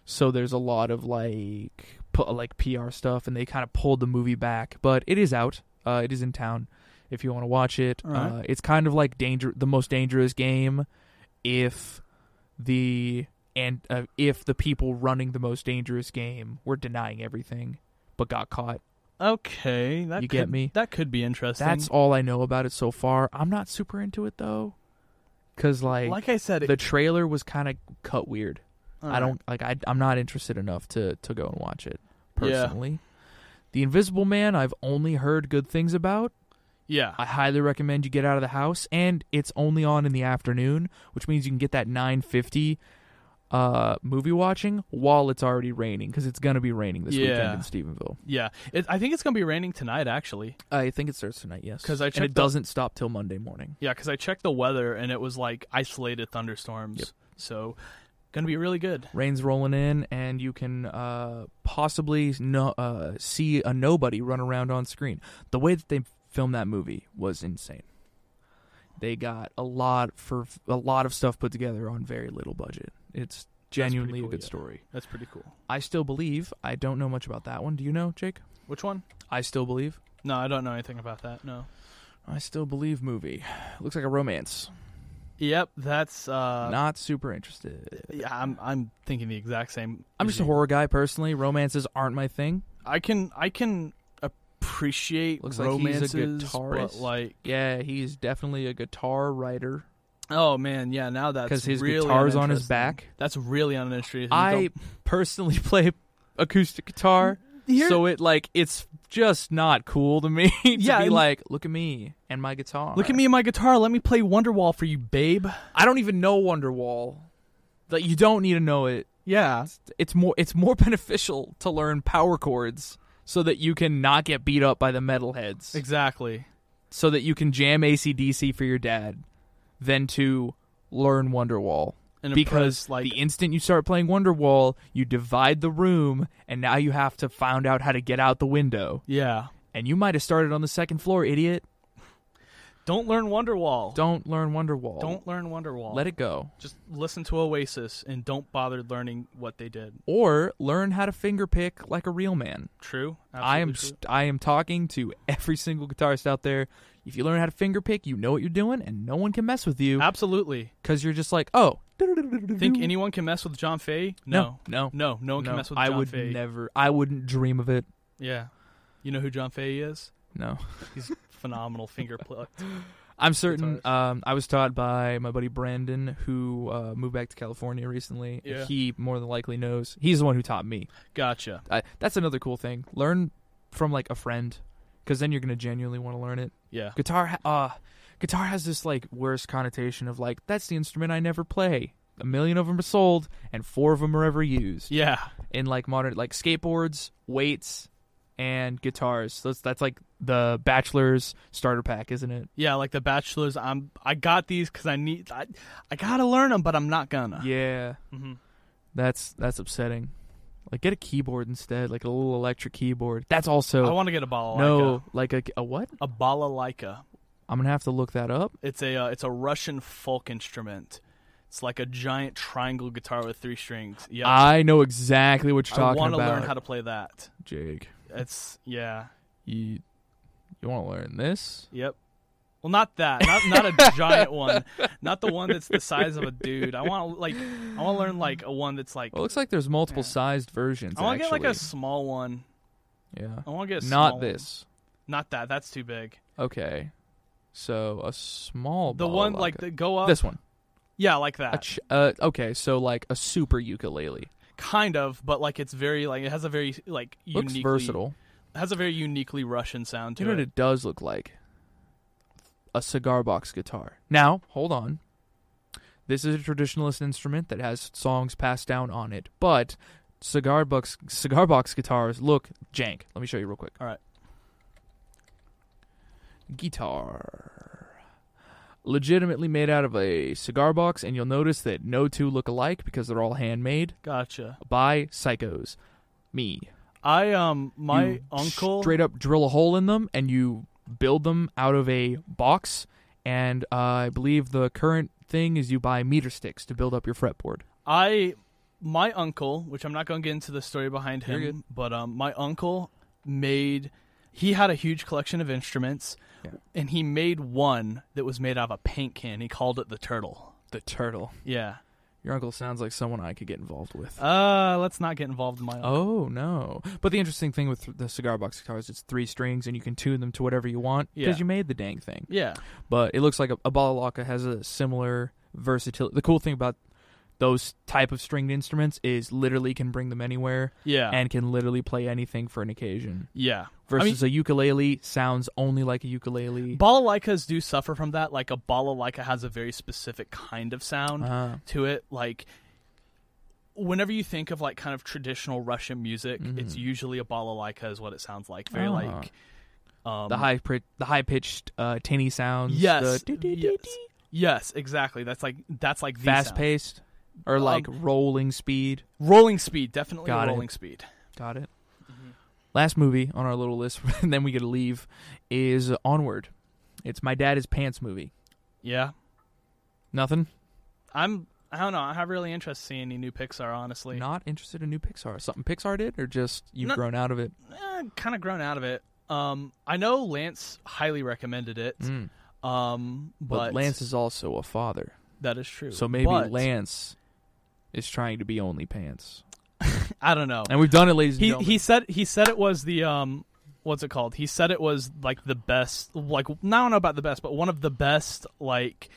A: So there's a lot of like pu- like PR stuff, and they kind of pulled the movie back, but it is out. Uh, it is in town if you want to watch it.
B: All right.
A: Uh, it's kind of like danger, the most dangerous game, if the and uh, if the people running the most dangerous game were denying everything, but got caught.
B: Okay, that
A: You
B: could,
A: get me?
B: That could be interesting.
A: That's all I know about it so far. I'm not super into it though, because like,
B: like I said.
A: the trailer was kind of cut weird.
B: all
A: I
B: right.
A: don't like. I, I'm not interested enough to to go and watch it personally. The Invisible Man, I've only heard good things about.
B: Yeah,
A: I highly recommend you get out of the house, and it's only on in the afternoon, which means you can get that 9:50 uh, movie watching while it's already raining because it's gonna be raining this
B: Yeah.
A: weekend in Stephenville.
B: yeah. It, I think it's gonna be raining tonight, actually.
A: I think it starts tonight. Yes,
B: 'Cause I
A: and
B: checked
A: it
B: the-
A: doesn't stop till Monday morning.
B: Yeah, because I checked the weather and it was like isolated thunderstorms.
A: Yep.
B: So, gonna be really good.
A: Rain's rolling in, and you can uh, possibly no, uh, see a nobody run around on screen. The way that they filmed that movie was insane. They got a lot for a lot of stuff put together on very little budget. It's
B: pretty
A: genuinely
B: cool,
A: a good
B: yeah.
A: story.
B: That's pretty cool.
A: I still believe. I don't know much about that one. Do you know, Jake?
B: Which one?
A: I still believe.
B: No, I don't know anything about that. No.
A: I still believe movie. Looks like a romance.
B: Yep, that's uh
A: Not super interested.
B: yeah, I'm I'm thinking the exact same.
A: I'm
B: as
A: just a
B: you.
A: horror guy personally. Romances aren't my thing.
B: I can I can appreciate
A: Looks like he's a
B: romances,
A: guitarist.
B: but like
A: Yeah, he's definitely a guitar writer.
B: oh man, yeah, now that's
A: because his
B: really
A: guitar's on his
B: uninteresting.
A: back.
B: That's really uninteresting.
A: I personally play acoustic guitar,
B: Here-
A: so it like it's just not cool to me to
B: Yeah,
A: be
B: and-
A: like, look at me and my guitar.
B: Look at me and my guitar. Let me play Wonderwall for you, babe.
A: I don't even know Wonderwall. Like you don't need to know it.
B: Yeah.
A: It's more it's more beneficial to learn power chords so that you can not get beat up by the metalheads,
B: Exactly.
A: so that you can jam ACDC for your dad, than to learn Wonderwall.
B: And
A: because
B: impress, like-
A: the instant you start playing Wonderwall, you divide the room, and now you have to find out how to get out the window.
B: Yeah.
A: And you might have started on the second floor, idiot.
B: Don't learn Wonderwall.
A: Don't learn Wonderwall.
B: Don't learn Wonderwall.
A: let it go.
B: Just listen to Oasis and don't bother learning what they did.
A: Or learn how to finger pick like a real man.
B: True.
A: I am
B: Absolutely true.
A: st- I am talking to every single guitarist out there. If you learn how to finger pick, you know what you're doing, and no one can mess with you
B: absolutely.
A: because you're just like, oh,
B: Think anyone can mess with John Fay?
A: No,
B: No,
A: no.
B: no. No one can
A: no,
B: mess with
A: I
B: John
A: would
B: Fay.
A: never, I wouldn't dream of it.
B: yeah. You know who John Fay is?
A: No,
B: He's phenomenal finger plucked.
A: I'm certain. Um, I was taught by my buddy Brandon, who uh, moved back to California recently.
B: Yeah.
A: He more than likely knows. He's the one who taught me.
B: Gotcha.
A: I, that's another cool thing. Learn from like a friend, because then you're gonna genuinely want to learn it.
B: Yeah.
A: guitar ha- uh guitar has this like worse connotation of like that's the instrument i never play a million of them are sold and four of them are ever used
B: Yeah.
A: in like modern like skateboards weights and guitars that's that's like the bachelor's starter pack isn't it
B: Yeah, like the bachelors, I'm I got these cuz I need I, I got to learn them, but I'm not gonna.
A: yeah
B: Mhm.
A: that's that's upsetting like get a keyboard instead like a little electric keyboard that's also
B: I want to get a balalaika.
A: no like a, a what
B: a balalaika.
A: i'm gonna have to look that up
B: It's a uh, it's a Russian folk instrument. It's like a giant triangle guitar with three strings. Yeah.
A: i know exactly what Ah, you're
B: I
A: talking
B: want
A: about
B: to learn how to play that.
A: jake
B: It's yeah.
A: you you want to learn this?
B: Yep. Well, not that. Not not a giant one. Not the one that's the size of a dude. I want like I want to learn like a one that's like
A: Well, it looks like there's multiple sized versions.
B: I want to get like a
A: actually.
B: small one.
A: yeah.
B: I want to get a small
A: Not
B: one.
A: this.
B: Not that. That's too big.
A: Okay, so a small.
B: The one like
A: balalaika.
B: the go up.
A: this one.
B: Yeah, like that.
A: A ch- uh, okay, so like a super ukulele.
B: kind of, but like it's very like it has a very like
A: Looks
B: uniquely
A: versatile.
B: it has a very uniquely Russian sound to
A: you know what
B: it.
A: it does look like? A cigar box guitar. Now, hold on. This is a traditionalist instrument that has songs passed down on it, but cigar box cigar box guitars look jank. Let me show you real quick.
B: All right.
A: guitar. Legitimately made out of a cigar box, and you'll notice that no two look alike because they're all handmade
B: Gotcha.
A: by psychos. Me.
B: I um my
A: You
B: uncle
A: Straight up drill a hole in them, and you build them out of a box. And uh, I believe the current thing is you buy meter sticks to build up your fretboard.
B: I my uncle, which I'm not going to get into the story behind
A: You're
B: him,
A: good.
B: but um my uncle made he had a huge collection of instruments and he made one that was made out of a paint can. He called it the turtle.
A: The turtle.
B: Yeah.
A: Your uncle sounds like someone I could get involved with.
B: Uh let's not get involved in my uncle.
A: Oh no! But the interesting thing with the cigar box guitar is it's three strings, and you can tune them to whatever you want because
B: Yeah.
A: you made the dang thing.
B: Yeah.
A: But it looks like a, a balalaika has a similar versatility. The cool thing about those type of stringed instruments is literally can bring them anywhere
B: Yeah.
A: and can literally play anything for an occasion.
B: yeah.
A: Versus a ukulele sounds only like a ukulele.
B: Balalaikas do suffer from that. Like a balalaika has a very specific kind of sound
A: Ah.
B: to it. Like whenever you think of like kind of traditional Russian music, it's usually a balalaika is what it sounds like. Very
A: Ah.
B: like um,
A: the high pri- the high pitched uh, tinny sounds.
B: Yes,
A: the
B: yes, yes, exactly. That's like that's like the
A: fast
B: sound.
A: paced
B: Um,
A: or like rolling speed.
B: rolling speed. Definitely
A: Got it.
B: rolling speed.
A: Got it.
B: Mm-hmm.
A: Last movie on our little list, and then we get to leave, is Onward. It's my dad is pants movie.
B: Yeah,
A: Nothing.
B: I'm. I don't know. I have really interest in seeing any new Pixar. Honestly,
A: Not interested in new Pixar. Something Pixar did, or just you've
B: No.
A: grown out of it.
B: kind of grown out of it. Um, I know Lance highly recommended it. Um,
A: Mm. Hmm. But,
B: but,
A: Lance is also a father,
B: that is true.
A: so maybe
B: But,
A: Lance is trying to be only pants.
B: I don't know.
A: And we've done it, ladies.
B: He
A: and
B: he said he said it was the um, what's it called? He said it was like the best. Like I don't know about the best, but one of the best like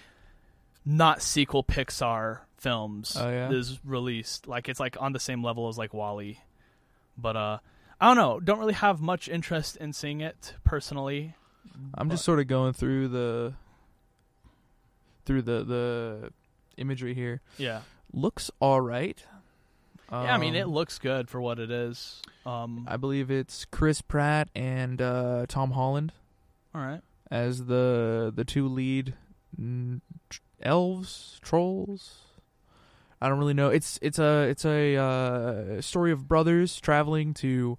B: not sequel Pixar films
A: Oh, yeah?
B: is released. Like it's like on the same level as like Wally, but uh. I don't know. Don't really have much interest in seeing it personally.
A: I'm just sort of going through the through the the imagery here.
B: Yeah.
A: Looks all right.
B: yeah, I mean, it
A: Um,
B: looks good for what it is. Um,
A: I believe it's Chris Pratt and uh, Tom Holland
B: all right.
A: as the the two lead mm, tr- elves trolls. I don't really know. It's it's a it's a uh, story of brothers traveling to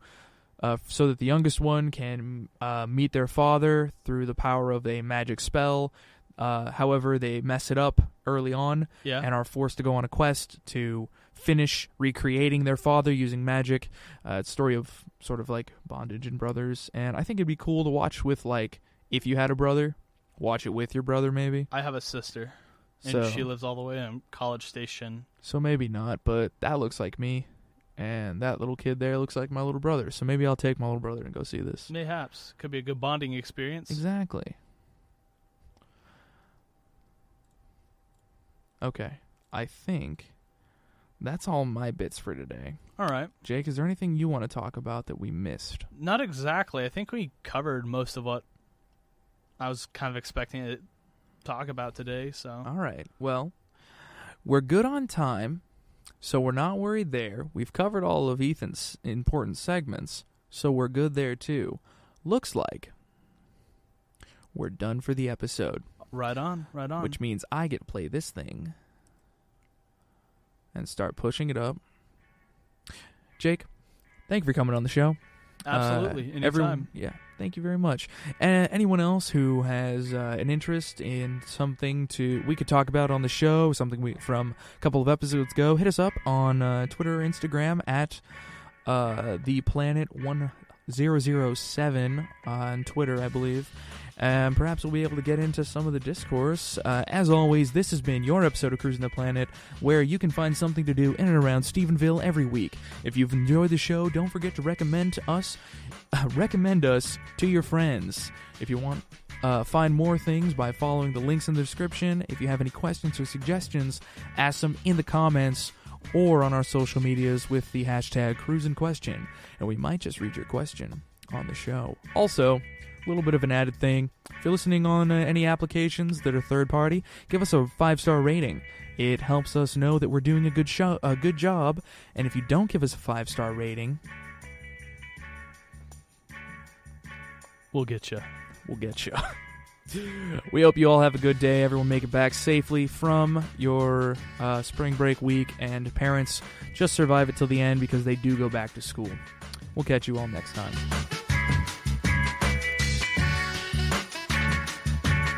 A: uh, so that the youngest one can uh, meet their father through the power of a magic spell. Uh, however, they mess it up early on
B: Yeah.
A: and are forced to go on a quest to finish recreating their father using magic. Uh, it's a story of sort of like bondage and brothers, and I think it'd be cool to watch with like if you had a brother, watch it with your brother maybe.
B: I have a sister, and
A: So-
B: she lives all the way in College Station.
A: So maybe not, but that looks like me, and that little kid there looks like my little brother. So maybe I'll take my little brother and go see this.
B: Mayhaps could be a good bonding experience.
A: Exactly. Okay, I think that's all my bits for today.
B: All right.
A: Jake, is there anything you want to talk about that we missed?
B: Not exactly. I think we covered most of what I was kind of expecting to talk about today. So
A: All right. Well, we're good on time, so we're not worried there. We've covered all of Ethan's important segments, so we're good there too. Looks like we're done for the episode,
B: right on, right on.
A: which means I get to play this thing and start pushing it up. Jake, thank you for coming on the show.
B: Absolutely.
A: Uh,
B: Anytime.
A: Everyone, yeah. Thank you very much. And anyone else who has uh, an interest in something to we could talk about on the show, something we from a couple of episodes ago, hit us up on uh, Twitter or Instagram at uh, the Planet One Zero Zero Seven on Twitter, I believe. And perhaps we'll be able to get into some of the discourse. Uh, as always, this has been your episode of Cruising the Planet, where you can find something to do in and around Stephenville every week. If you've enjoyed the show, don't forget to recommend to us, recommend us to your friends. If you want, uh, find more things by following the links in the description. If you have any questions or suggestions, ask them in the comments or on our social medias with the hashtag cruisin' question and we might just read your question on the show also a little bit of an added thing if you're listening on uh, any applications that are third party give us a five star rating it helps us know that we're doing a good show a good job and if you don't give us a five star rating
B: we'll get you.
A: we'll get you we hope you all have a good day everyone make it back safely from your uh, spring break week and parents just survive it till the end because they do go back to school we'll catch you all next time